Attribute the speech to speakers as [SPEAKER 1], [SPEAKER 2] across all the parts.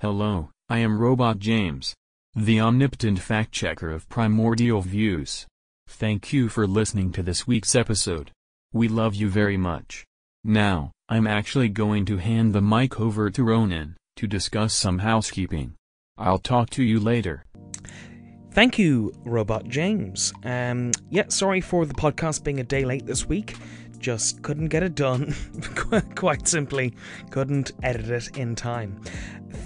[SPEAKER 1] Hello, I am Robot James, the omnipotent fact checker of Primordial Views. Thank you for listening to this week's episode. We love you very much. Now, I'm actually going to hand the mic over to Ronan to discuss some housekeeping. I'll talk to you later.
[SPEAKER 2] Thank you, Robot James. Um, yeah, sorry for the podcast being a day late this week. Just couldn't get it done. Quite simply, couldn't edit it in time.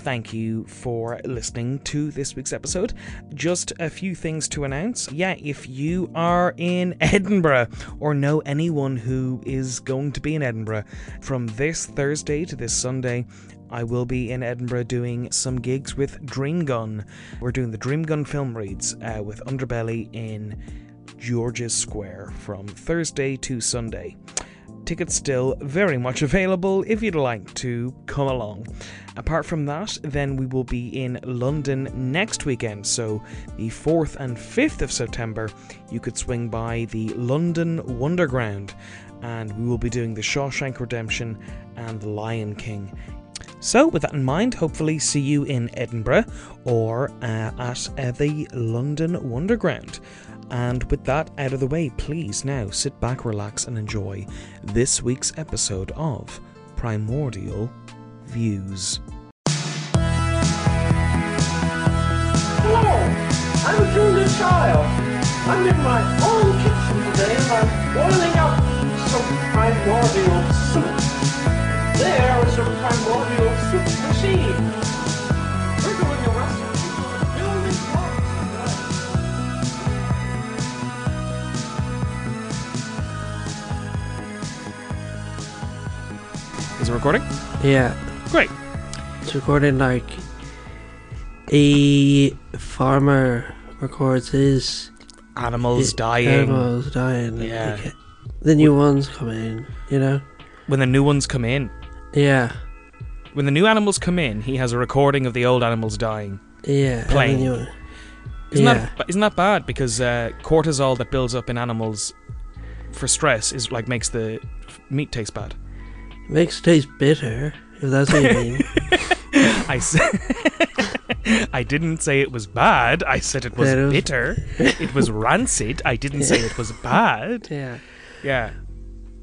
[SPEAKER 2] Thank you for listening to this week's episode. Just a few things to announce. Yeah, if you are in Edinburgh or know anyone who is going to be in Edinburgh from this Thursday to this Sunday, I will be in Edinburgh doing some gigs with Dreamgun. We're doing the Dreamgun film reads uh, with Underbelly in George's Square from Thursday to Sunday. Tickets still very much available if you'd like to come along. Apart from that, then we will be in London next weekend, so the 4th and 5th of September, you could swing by the London Wonderground, and we will be doing The Shawshank Redemption and The Lion King. So, with that in mind, hopefully see you in Edinburgh or uh, at uh, the London Wonderground. And with that out of the way, please now sit back, relax, and enjoy this week's episode of Primordial Views.
[SPEAKER 3] Hello, I'm a junior child. I'm in my own kitchen today and I'm boiling up some primordial soup. There is a primordial soup machine. We're doing a recipe for a building block tonight.
[SPEAKER 2] Is it recording?
[SPEAKER 4] Yeah,
[SPEAKER 2] Great.
[SPEAKER 4] it's recorded like a farmer records his
[SPEAKER 2] Animals
[SPEAKER 4] i-
[SPEAKER 2] dying.
[SPEAKER 4] Animals dying. like,
[SPEAKER 2] Yeah.
[SPEAKER 4] okay. The new ones come in, you know?
[SPEAKER 2] When the new ones come in,
[SPEAKER 4] Yeah.
[SPEAKER 2] when the new animals come in, he has a recording of the old animals dying.
[SPEAKER 4] Yeah. and the
[SPEAKER 2] Playing.
[SPEAKER 4] new one.
[SPEAKER 2] Isn't,
[SPEAKER 4] yeah.
[SPEAKER 2] that, isn't that bad? Because uh, cortisol that builds up in animals for stress is like makes the f- meat taste bad.
[SPEAKER 4] Makes it taste bitter, if that's what you mean.
[SPEAKER 2] I s- I didn't say it was bad. I said it was
[SPEAKER 4] That was-
[SPEAKER 2] bitter. It was rancid. I didn't say it was bad.
[SPEAKER 4] Yeah.
[SPEAKER 2] Yeah.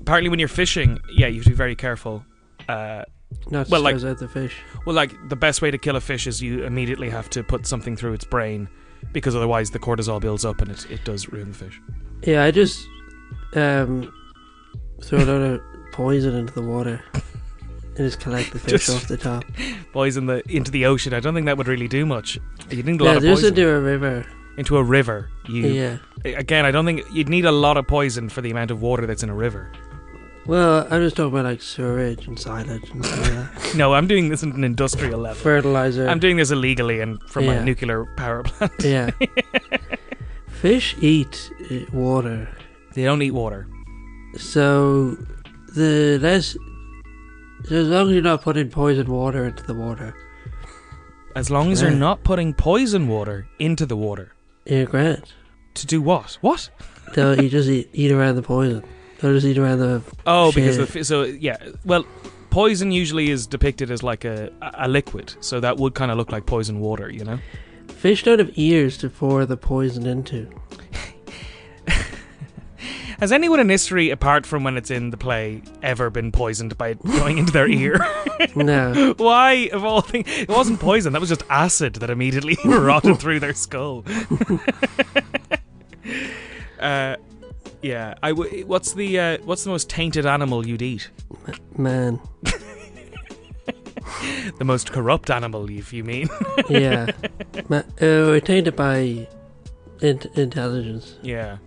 [SPEAKER 2] Apparently, when you're fishing, yeah, you have to be very careful. Uh,
[SPEAKER 4] Not
[SPEAKER 2] Well, like-
[SPEAKER 4] throws out the fish.
[SPEAKER 2] well, like the best way to kill a fish is you immediately have to put something through its brain, because otherwise the cortisol builds up and it, it does ruin the fish.
[SPEAKER 4] Yeah, I just um throw a lot of poison into the water and just collect the fish
[SPEAKER 2] Just-
[SPEAKER 4] off the top.
[SPEAKER 2] Poison the into the ocean. I don't think that would really do much. You'd need a lot
[SPEAKER 4] Yeah,
[SPEAKER 2] of
[SPEAKER 4] just
[SPEAKER 2] poison
[SPEAKER 4] into a river.
[SPEAKER 2] into a river. You
[SPEAKER 4] yeah.
[SPEAKER 2] again. I don't think you'd need a lot of poison for the amount of water that's in a river.
[SPEAKER 4] Well, I'm just talking about like sewage and silage and stuff like that.
[SPEAKER 2] No, I'm doing this at an industrial level.
[SPEAKER 4] fertilizer.
[SPEAKER 2] I'm doing this illegally and from my
[SPEAKER 4] Yeah.
[SPEAKER 2] nuclear power plant.
[SPEAKER 4] yeah. Fish eat uh, water,
[SPEAKER 2] They don't eat water.
[SPEAKER 4] so the less. So as long as you're not putting poisoned water into the water,
[SPEAKER 2] As long as you're
[SPEAKER 4] Right.
[SPEAKER 2] not putting poison water into the water.
[SPEAKER 4] you're great.
[SPEAKER 2] To do what? What?
[SPEAKER 4] They'll you just eat, eat around the poison. They'll just eat around the.
[SPEAKER 2] Oh, because the
[SPEAKER 4] Shit.
[SPEAKER 2] fi- so yeah. Well, poison usually is depicted as like a a liquid, so that would kind of look like poison water, you know.
[SPEAKER 4] Fish don't have ears to pour the poison into.
[SPEAKER 2] Has anyone in history, apart from when it's in the play, ever been poisoned by it going into their ear?
[SPEAKER 4] No.
[SPEAKER 2] Why of all things? It wasn't poison. That was just acid that immediately rotted through their skull. uh, yeah. I w- what's the uh, what's the most tainted animal you'd eat?
[SPEAKER 4] Man.
[SPEAKER 2] The most corrupt animal, if you mean?
[SPEAKER 4] Yeah. Ma- uh, we're tainted by in- intelligence.
[SPEAKER 2] yeah.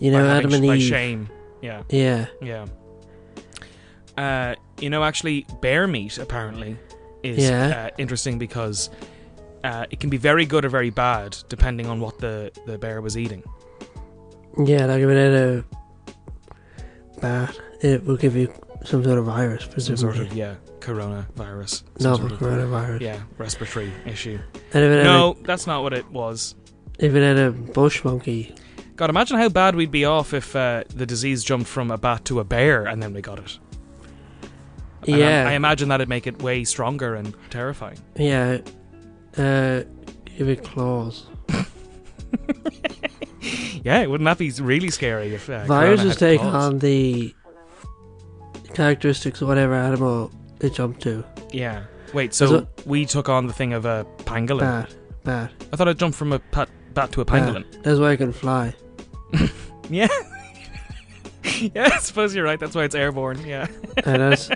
[SPEAKER 4] You
[SPEAKER 2] by
[SPEAKER 4] know,
[SPEAKER 2] having
[SPEAKER 4] Adam
[SPEAKER 2] sh-
[SPEAKER 4] and
[SPEAKER 2] by
[SPEAKER 4] Eve.
[SPEAKER 2] shame. Yeah.
[SPEAKER 4] Yeah.
[SPEAKER 2] Yeah. Uh, you know, actually, bear meat apparently is
[SPEAKER 4] Yeah.
[SPEAKER 2] uh, interesting because uh, it can be very good or very bad depending on what the, the bear was eating.
[SPEAKER 4] Yeah, like if it had a bat, it will give you some sort of virus,
[SPEAKER 2] Some
[SPEAKER 4] presumably.
[SPEAKER 2] sort of yeah, coronavirus. Some
[SPEAKER 4] novel
[SPEAKER 2] sort of-
[SPEAKER 4] coronavirus.
[SPEAKER 2] yeah, respiratory issue.
[SPEAKER 4] And if it,
[SPEAKER 2] No, that's not what it was.
[SPEAKER 4] had a, if it had a bush monkey,
[SPEAKER 2] God, imagine how bad we'd be off if uh, the disease jumped from a bat to a bear and then we got it. And I-
[SPEAKER 4] Yeah.
[SPEAKER 2] I, imagine that'd make it way stronger and terrifying.
[SPEAKER 4] Yeah. Uh, give it claws.
[SPEAKER 2] Yeah, wouldn't that be really scary if uh, Corona
[SPEAKER 4] Viruses
[SPEAKER 2] had
[SPEAKER 4] take
[SPEAKER 2] claws?
[SPEAKER 4] on the characteristics of whatever animal they jump to.
[SPEAKER 2] Yeah. Wait, so
[SPEAKER 4] So-
[SPEAKER 2] we took on the thing of a pangolin.
[SPEAKER 4] Bad. Bad.
[SPEAKER 2] I thought I jumped from a pat, bat to a pangolin.
[SPEAKER 4] Bad. That's why I can fly.
[SPEAKER 2] yeah, I suppose you're right. That's why it's airborne. Yeah.
[SPEAKER 4] And that's.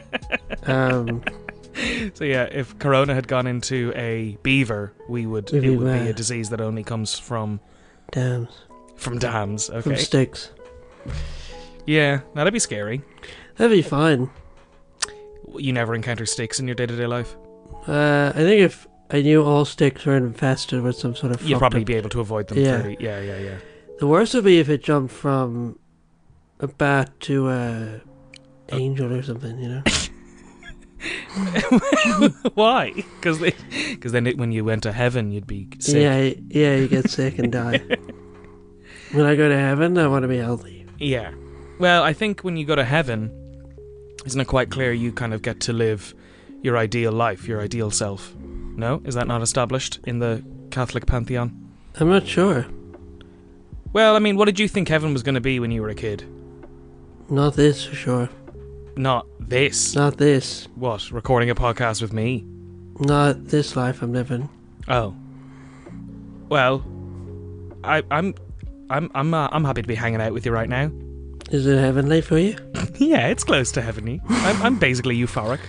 [SPEAKER 4] um,
[SPEAKER 2] So yeah, if corona had gone into a beaver, we would
[SPEAKER 4] We'd
[SPEAKER 2] it
[SPEAKER 4] be
[SPEAKER 2] would be a
[SPEAKER 4] mad.
[SPEAKER 2] disease that only comes from
[SPEAKER 4] damn.
[SPEAKER 2] from dams.
[SPEAKER 4] From
[SPEAKER 2] Okay.
[SPEAKER 4] sticks.
[SPEAKER 2] yeah, that'd be scary.
[SPEAKER 4] That'd be fine.
[SPEAKER 2] You never encounter sticks in your day-to-day life.
[SPEAKER 4] Uh, I think if I knew all sticks were infested with some sort of.
[SPEAKER 2] You'd
[SPEAKER 4] fucked
[SPEAKER 2] probably
[SPEAKER 4] up-
[SPEAKER 2] be able to avoid them.
[SPEAKER 4] Yeah.
[SPEAKER 2] fairly- yeah, yeah, yeah.
[SPEAKER 4] The worst would be if it jumped from a bat to a angel or something, you know?
[SPEAKER 2] Why? Because then it, when you went to heaven, you'd be sick. Yeah.
[SPEAKER 4] Yeah, yeah, you get sick and die. when I go to heaven, I want to be healthy.
[SPEAKER 2] Well, I think when you go to heaven, isn't it quite clear you kind of get to live your ideal life, your ideal self? No, is that not established in the Catholic pantheon?
[SPEAKER 4] I'm not sure.
[SPEAKER 2] Well, I mean, what did you think heaven was going to be when you were a kid?
[SPEAKER 4] Not this for sure.
[SPEAKER 2] Not this.
[SPEAKER 4] Not this.
[SPEAKER 2] What? Recording a podcast with me?
[SPEAKER 4] Not this life I'm living.
[SPEAKER 2] Oh. Well, I, I'm, I'm, I'm, uh, I'm happy to be hanging out with you right now.
[SPEAKER 4] Is it heavenly for you?
[SPEAKER 2] Yeah, it's close to heavenly. I'm, I'm basically euphoric.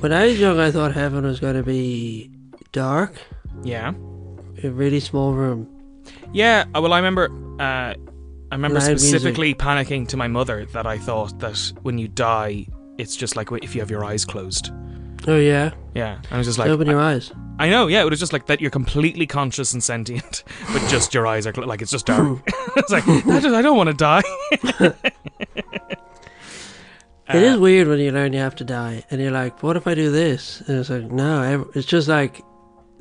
[SPEAKER 4] When I was young, I thought heaven was going to be dark,
[SPEAKER 2] Yeah.
[SPEAKER 4] a really small room.
[SPEAKER 2] Yeah, uh, well, I remember. Uh, I remember
[SPEAKER 4] Loud music.
[SPEAKER 2] specifically panicking to my mother that I thought that when you die, it's just like if you have your eyes closed.
[SPEAKER 4] Oh, yeah.
[SPEAKER 2] Yeah, I was just like,
[SPEAKER 4] Open your eyes.
[SPEAKER 2] I know, yeah, it was just like that. You're completely conscious and sentient, but just your eyes are cl- like it's just dark. it's like that is, I don't want to die. uh,
[SPEAKER 4] It is weird when you learn you have to die, and you're like, "What if I do this?" And it's like, "No, ev- it's just like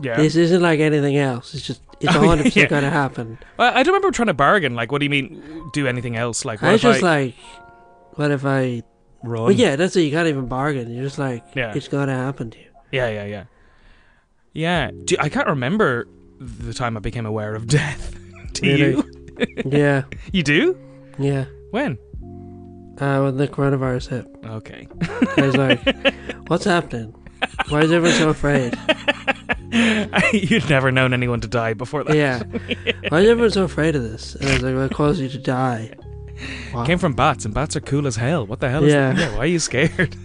[SPEAKER 2] Yeah.
[SPEAKER 4] this isn't like anything else. It's just it's
[SPEAKER 2] Oh, yeah,
[SPEAKER 4] 100
[SPEAKER 2] yeah.
[SPEAKER 4] percent gonna happen."
[SPEAKER 2] I, I don't remember trying to bargain. Like, what do you mean? Do anything else? Like, what
[SPEAKER 4] I was
[SPEAKER 2] if
[SPEAKER 4] just
[SPEAKER 2] I
[SPEAKER 4] like, "What if I?"
[SPEAKER 2] run?
[SPEAKER 4] Well, yeah, that's it. You can't even bargain. You're just like,
[SPEAKER 2] Yeah.
[SPEAKER 4] "It's gonna happen to you."
[SPEAKER 2] yeah, yeah, yeah. Yeah. Do, I can't remember the time I became aware of death. do
[SPEAKER 4] Really?
[SPEAKER 2] you?
[SPEAKER 4] yeah,
[SPEAKER 2] You do?
[SPEAKER 4] yeah.
[SPEAKER 2] When?
[SPEAKER 4] Uh, when the coronavirus hit,
[SPEAKER 2] Okay.
[SPEAKER 4] I was like, "What's happening? Why is everyone so afraid?"
[SPEAKER 2] You'd never known anyone to die before that.
[SPEAKER 4] Yeah, why is everyone so afraid of this? And I was like, "What caused you to die?"
[SPEAKER 2] Came from bats, and bats are cool as hell. What the hell is
[SPEAKER 4] Yeah.
[SPEAKER 2] that? Yeah, why are you scared?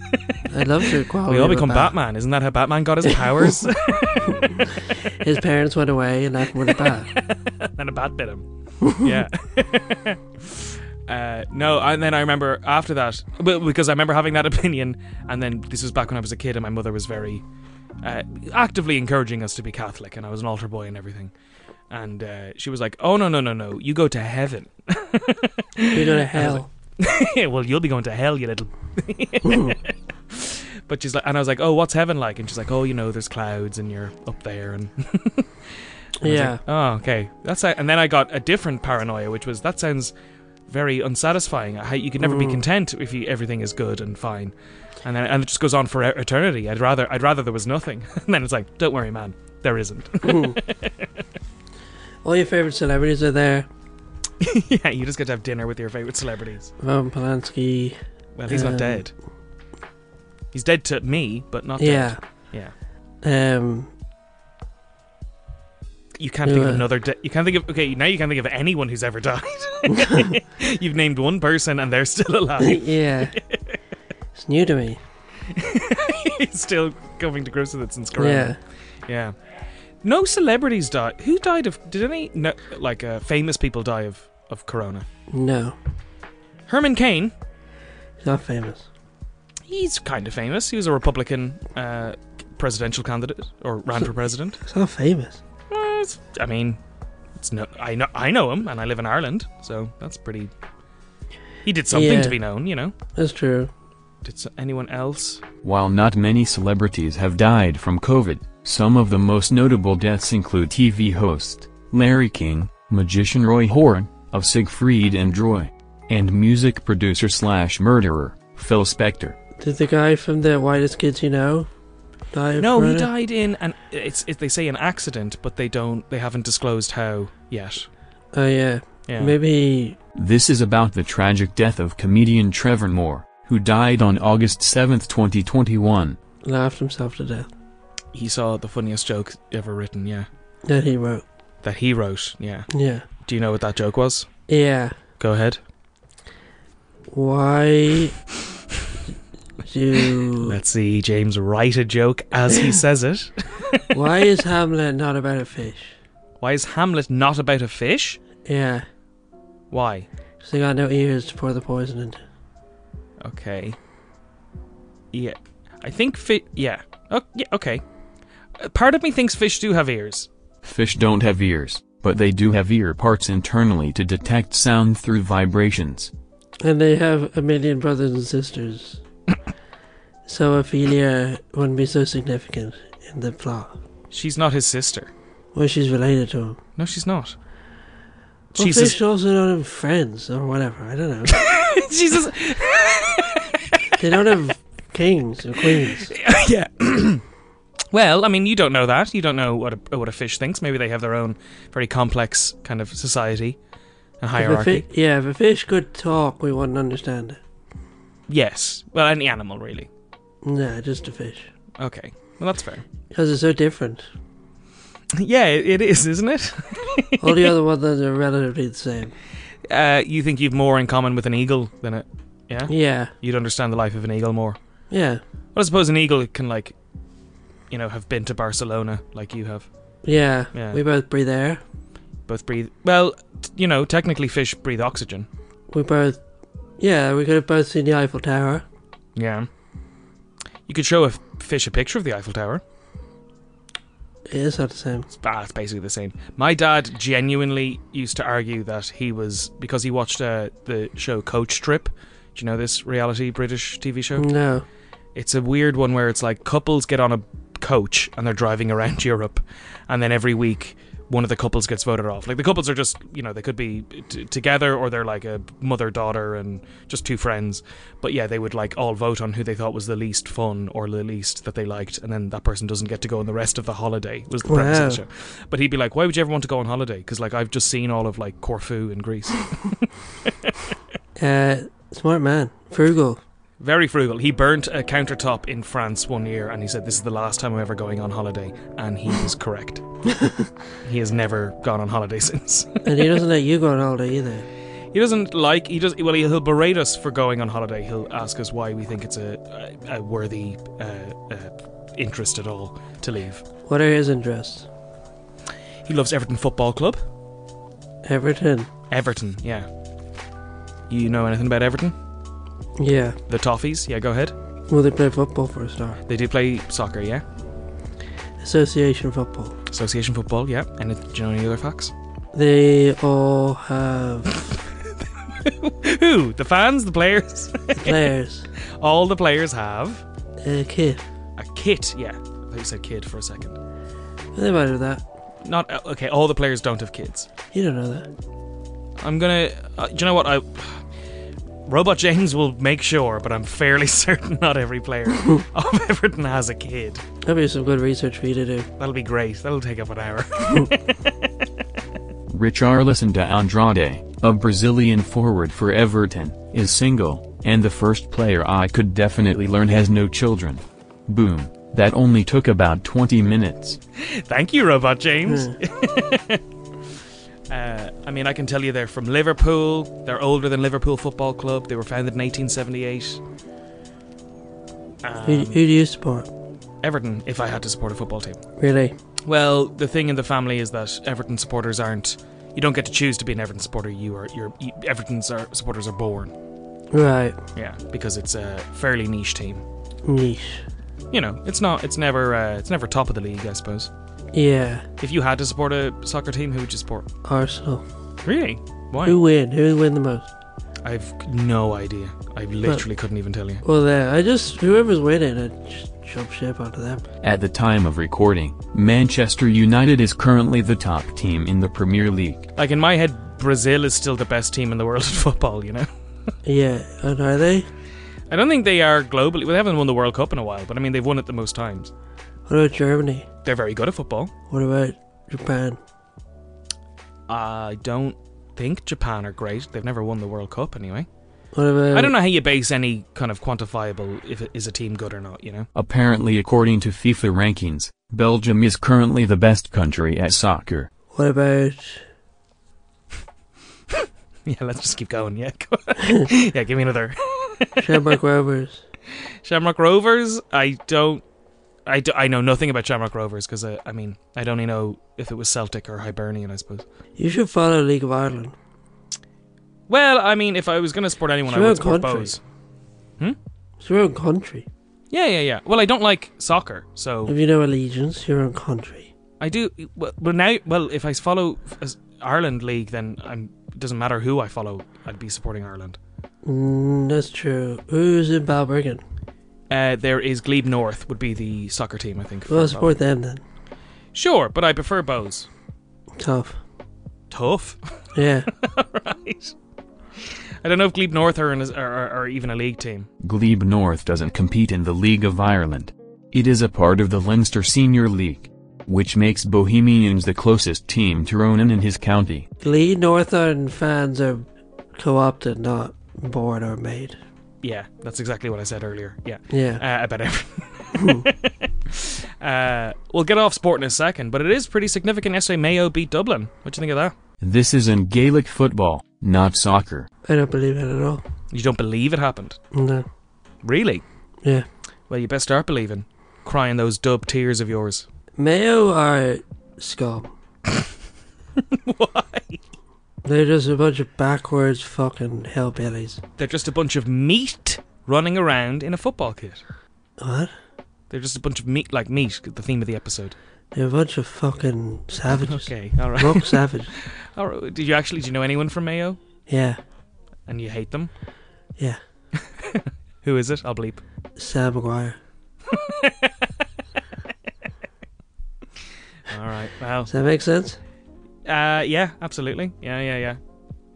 [SPEAKER 4] I love to. Wow,
[SPEAKER 2] we all become Batman. Isn't that how Batman got his powers?
[SPEAKER 4] His parents went away and left him with a bat.
[SPEAKER 2] and a bat bit him. yeah. Uh, no, and then I remember after that, well, because I remember having that opinion, and then this was back when I was a kid, and my mother was very uh, actively encouraging us to be Catholic, and I was an altar boy and everything. And uh, she was like, "Oh no, no, no, no! You go to heaven.
[SPEAKER 4] You go to hell.
[SPEAKER 2] well, you'll be going to hell, you little." but she's like, and I was like, "Oh, what's heaven like?" And she's like, "Oh, you know, there's clouds, and you're up there, and I was
[SPEAKER 4] Yeah.
[SPEAKER 2] like, oh, okay. That's a, and then I got a different paranoia, which was that sounds very unsatisfying. How you can never
[SPEAKER 4] Mm.
[SPEAKER 2] be content if you, everything is good and fine, and then and it just goes on for e- eternity. I'd rather I'd rather there was nothing. and then it's like, don't worry, man, there isn't.
[SPEAKER 4] All your favorite celebrities are there.
[SPEAKER 2] yeah, you just get to have dinner with your favorite celebrities.
[SPEAKER 4] Roman Polanski.
[SPEAKER 2] Well, he's
[SPEAKER 4] Um,
[SPEAKER 2] not dead. He's dead to me, but not
[SPEAKER 4] Yeah.
[SPEAKER 2] dead. Yeah.
[SPEAKER 4] Um.
[SPEAKER 2] You can't think of
[SPEAKER 4] Yeah.
[SPEAKER 2] another. De- you can't think of. Okay, now you can't think of anyone who's ever died. You've named one person, and they're still alive.
[SPEAKER 4] Yeah. it's new to me.
[SPEAKER 2] He's still coming to grips with it since Corona.
[SPEAKER 4] Yeah.
[SPEAKER 2] Yeah. No celebrities died. Who died of? Did any no, like uh, famous people die of of corona?
[SPEAKER 4] No,
[SPEAKER 2] Herman Cain.
[SPEAKER 4] he's not famous.
[SPEAKER 2] He's kind of famous. He was a Republican uh, presidential candidate or ran for president.
[SPEAKER 4] He's not famous.
[SPEAKER 2] Uh, it's- I mean, it's no. I know. I know him, and I live in Ireland, so that's pretty. He did something
[SPEAKER 4] Yeah.
[SPEAKER 2] to be known, you know.
[SPEAKER 4] That's true.
[SPEAKER 2] Did s anyone else?
[SPEAKER 1] While not many celebrities have died from COVID, some of the most notable deaths include TV host Larry King, magician Roy Horn of Siegfried and Roy, and music producer slash murderer Phil Spector.
[SPEAKER 4] Did the guy from the Whitest Kids You Know die? of
[SPEAKER 2] No, he
[SPEAKER 4] corona?
[SPEAKER 2] died in an it's it, they say an accident, but they don't they haven't disclosed how yet.
[SPEAKER 4] Oh yeah.
[SPEAKER 2] Yeah.
[SPEAKER 4] Maybe he-
[SPEAKER 1] This is about the tragic death of comedian Trevor Moore, who died on August 7, 2021.
[SPEAKER 4] laughed himself to death.
[SPEAKER 2] He saw the funniest joke ever written, yeah.
[SPEAKER 4] That he wrote.
[SPEAKER 2] That he wrote, yeah.
[SPEAKER 4] Yeah.
[SPEAKER 2] Do you know what that joke was?
[SPEAKER 4] Yeah.
[SPEAKER 2] Go ahead.
[SPEAKER 4] Why do
[SPEAKER 2] Let's see James write a joke as he says it.
[SPEAKER 4] why is Hamlet not about a fish?
[SPEAKER 2] Why is Hamlet not about a fish?
[SPEAKER 4] Yeah.
[SPEAKER 2] Why?
[SPEAKER 4] 'Cause they got no ears to pour the poison into.
[SPEAKER 2] Okay. Yeah. I think fi- yeah. Oh, yeah, okay. Uh, Part of me thinks fish do have ears.
[SPEAKER 1] Fish don't have ears, but they do have ear parts internally to detect sound through vibrations.
[SPEAKER 4] And they have a million brothers and sisters. so Ophelia wouldn't be so significant in the plot.
[SPEAKER 2] She's not his sister.
[SPEAKER 4] Well she's related to him.
[SPEAKER 2] No, she's not.
[SPEAKER 4] Well,
[SPEAKER 2] She's
[SPEAKER 4] fish
[SPEAKER 2] his-
[SPEAKER 4] also don't have friends or whatever. I don't know.
[SPEAKER 2] she's his-
[SPEAKER 4] they don't have kings or queens.
[SPEAKER 2] yeah. well, I mean, you don't know that. You don't know what a, what a fish thinks. Maybe they have their own very complex kind of society and
[SPEAKER 4] If a
[SPEAKER 2] hierarchy.
[SPEAKER 4] fi- yeah, if a fish could talk, we wouldn't understand it.
[SPEAKER 2] yes. Well, any animal, really.
[SPEAKER 4] No, just a fish.
[SPEAKER 2] Okay. Well, that's fair.
[SPEAKER 4] Because it's so different.
[SPEAKER 2] yeah, it, it is, isn't it?
[SPEAKER 4] All the other ones are relatively the same.
[SPEAKER 2] Uh, you think you've more in common with an eagle than a. Yeah?
[SPEAKER 4] Yeah,
[SPEAKER 2] You'd understand the life of an eagle more.
[SPEAKER 4] yeah,
[SPEAKER 2] Well, I suppose an eagle can, like, you know, have been to Barcelona like you have.
[SPEAKER 4] yeah.
[SPEAKER 2] Yeah.
[SPEAKER 4] We both breathe air.
[SPEAKER 2] Both breathe. Well, t- you know, technically fish breathe oxygen.
[SPEAKER 4] We both. Yeah, we could have both seen the Eiffel Tower.
[SPEAKER 2] Yeah. You could show a f- fish a picture of the Eiffel Tower.
[SPEAKER 4] It is not the same.
[SPEAKER 2] Ah, it's basically the same. My dad genuinely used to argue that he was because he watched uh, the show Coach Trip. Do you know this reality British TV show?
[SPEAKER 4] No.
[SPEAKER 2] It's a weird one where it's like couples get on a coach and they're driving around Europe, and then every week one of the couples gets voted off. Like the couples are just you know they could be t- together or they're like a mother daughter and just two friends. But yeah, they would like all vote on who they thought was the least fun or the least that they liked, and then that person doesn't get to go on the rest of the holiday. Was the premise of the
[SPEAKER 4] Wow.
[SPEAKER 2] show. But he'd be like, why would you ever want to go on holiday? Because like I've just seen all of like Corfu in Greece.
[SPEAKER 4] Uh, smart man. Frugal.
[SPEAKER 2] Very frugal. He burnt a countertop in France one year and he said, This is the last time I'm ever going on holiday. And he was correct. he has never gone on holiday since.
[SPEAKER 4] And he doesn't let you go on holiday either.
[SPEAKER 2] he doesn't like, he does, well, he'll berate us for going on holiday. He'll ask us why we think it's a, a, a worthy uh, uh, interest at all to leave.
[SPEAKER 4] What are his interests?
[SPEAKER 2] He loves Everton Football Club.
[SPEAKER 4] Everton.
[SPEAKER 2] Everton, yeah. You know anything about Everton?
[SPEAKER 4] Yeah.
[SPEAKER 2] The Toffees? Yeah, go ahead.
[SPEAKER 4] Well, they play football for a start.
[SPEAKER 2] They do play soccer, yeah.
[SPEAKER 4] Association football.
[SPEAKER 2] Association football, yeah. And do you know any other facts?
[SPEAKER 4] They all have
[SPEAKER 2] Who? The fans? The players?
[SPEAKER 4] players.
[SPEAKER 2] All the players have
[SPEAKER 4] A Uh, kid.
[SPEAKER 2] a kit. Yeah, I thought you said kid for a second.
[SPEAKER 4] They might have that.
[SPEAKER 2] Not uh, okay. All the players don't have kids.
[SPEAKER 4] You don't know that.
[SPEAKER 2] I'm gonna. Uh, do you know what? I Robot James will make sure, but I'm fairly certain not every player of Everton has a kid.
[SPEAKER 4] That'd be some good research for you to do.
[SPEAKER 2] That'll be great. That'll take up an hour.
[SPEAKER 1] Richarlison de Andrade, a Brazilian forward for Everton, is single, and the first player I could definitely learn has no children. Boom, that only took about 20 minutes.
[SPEAKER 2] Thank you, Robot James. Uh, I mean, I can tell you they're from Liverpool. They're older than Liverpool Football Club. They were founded in 1878.
[SPEAKER 4] Who, who do you support?
[SPEAKER 2] Um, Everton, if I had to support a football team.
[SPEAKER 4] Really?
[SPEAKER 2] Well, the thing in the family is that Everton supporters aren't. You don't get to choose to be an Everton supporter. You are. Your Everton's are, supporters are born.
[SPEAKER 4] Right.
[SPEAKER 2] Yeah, because it's a fairly niche team.
[SPEAKER 4] Niche.
[SPEAKER 2] You know, it's not. It's never. Uh, it's never top of the league, I suppose.
[SPEAKER 4] Yeah.
[SPEAKER 2] If you had to support a soccer team, who would you support?
[SPEAKER 4] Arsenal.
[SPEAKER 2] Really? Why?
[SPEAKER 4] Who win? Who win the most?
[SPEAKER 2] I've no idea. I literally couldn't even tell you.
[SPEAKER 4] Well, there. I just whoever's winning, I just jump ship onto them.
[SPEAKER 1] At the time of recording, Manchester United is currently the top team in the Premier League.
[SPEAKER 2] Like in my head, Brazil is still the best team in the world at football. You know.
[SPEAKER 4] Yeah. And are they?
[SPEAKER 2] I don't think they are globally. Well, they haven't won the World Cup in a while, but I mean, they've won it the most times.
[SPEAKER 4] What about Germany?
[SPEAKER 2] They're very good at football.
[SPEAKER 4] What about Japan?
[SPEAKER 2] I don't think Japan are great. They've never won the World Cup anyway.
[SPEAKER 4] What about
[SPEAKER 2] I don't know how you base any kind of quantifiable if it is a team good or not, you know?
[SPEAKER 1] Apparently, according to FIFA rankings, Belgium is currently the best country at soccer.
[SPEAKER 4] What about
[SPEAKER 2] Yeah, let's just keep going. Yeah, go yeah, give me another.
[SPEAKER 4] Shamrock Rovers?
[SPEAKER 2] Shamrock Rovers, I don't. I, do, I know nothing about Shamrock Rovers because I, I mean, I'd only know if it was Celtic or Hibernian, I suppose.
[SPEAKER 4] You should follow League of Ireland.
[SPEAKER 2] Well, I mean, if I was going to support anyone,
[SPEAKER 4] It's
[SPEAKER 2] I
[SPEAKER 4] your
[SPEAKER 2] would
[SPEAKER 4] own
[SPEAKER 2] support
[SPEAKER 4] country.
[SPEAKER 2] Bose.
[SPEAKER 4] It's your own country.
[SPEAKER 2] Yeah, yeah, yeah. Well, I don't like soccer, so
[SPEAKER 4] If you know allegiance, your own country.
[SPEAKER 2] I do. Well, well, now, well, if I follow as Ireland league, then I'm. It doesn't matter who I follow. I'd be supporting Ireland.
[SPEAKER 4] Mm, that's true. Who's in Balbergen?
[SPEAKER 2] Uh, there is Glebe North would be the soccer team, I think. for
[SPEAKER 4] Well,
[SPEAKER 2] Bow-
[SPEAKER 4] support them then.
[SPEAKER 2] Sure, but I prefer Bose.
[SPEAKER 4] Tough.
[SPEAKER 2] Tough.
[SPEAKER 4] Yeah.
[SPEAKER 2] right. I don't know if Glebe North are, in, are, are, are even a league team.
[SPEAKER 1] Glebe North doesn't compete in the League of Ireland. It is a part of the Leinster Senior League, which makes Bohemians the closest team to Ronan in his county.
[SPEAKER 4] Glee Northern fans are co-opted, not born or made.
[SPEAKER 2] Yeah, that's exactly what I said earlier. Yeah.
[SPEAKER 4] Yeah.
[SPEAKER 2] Uh, about everything. uh, we'll get off sport in a second, but it is pretty significant. Yesterday, Mayo beat Dublin. What do you think of that?
[SPEAKER 1] This is in Gaelic football, not soccer.
[SPEAKER 4] I don't believe it at all.
[SPEAKER 2] You don't believe it happened.
[SPEAKER 4] No.
[SPEAKER 2] Really?
[SPEAKER 4] Yeah.
[SPEAKER 2] Well, you best start believing. Crying those dub tears of yours.
[SPEAKER 4] Mayo are scum.
[SPEAKER 2] Why?
[SPEAKER 4] They're just a bunch of backwards fucking hillbillies.
[SPEAKER 2] They're just a bunch of meat running around in a football kit.
[SPEAKER 4] What?
[SPEAKER 2] They're just a bunch of meat, like meat, the theme of the episode.
[SPEAKER 4] They're a bunch of fucking savages.
[SPEAKER 2] Okay, all right.
[SPEAKER 4] Rock savage.
[SPEAKER 2] All right. Did you actually, do you know anyone from Mayo?
[SPEAKER 4] Yeah.
[SPEAKER 2] And you hate them?
[SPEAKER 4] Yeah.
[SPEAKER 2] Who is it? I'll bleep.
[SPEAKER 4] Sam Maguire.
[SPEAKER 2] All right, well.
[SPEAKER 4] Does that make sense?
[SPEAKER 2] Uh, yeah, absolutely. Yeah, yeah, yeah.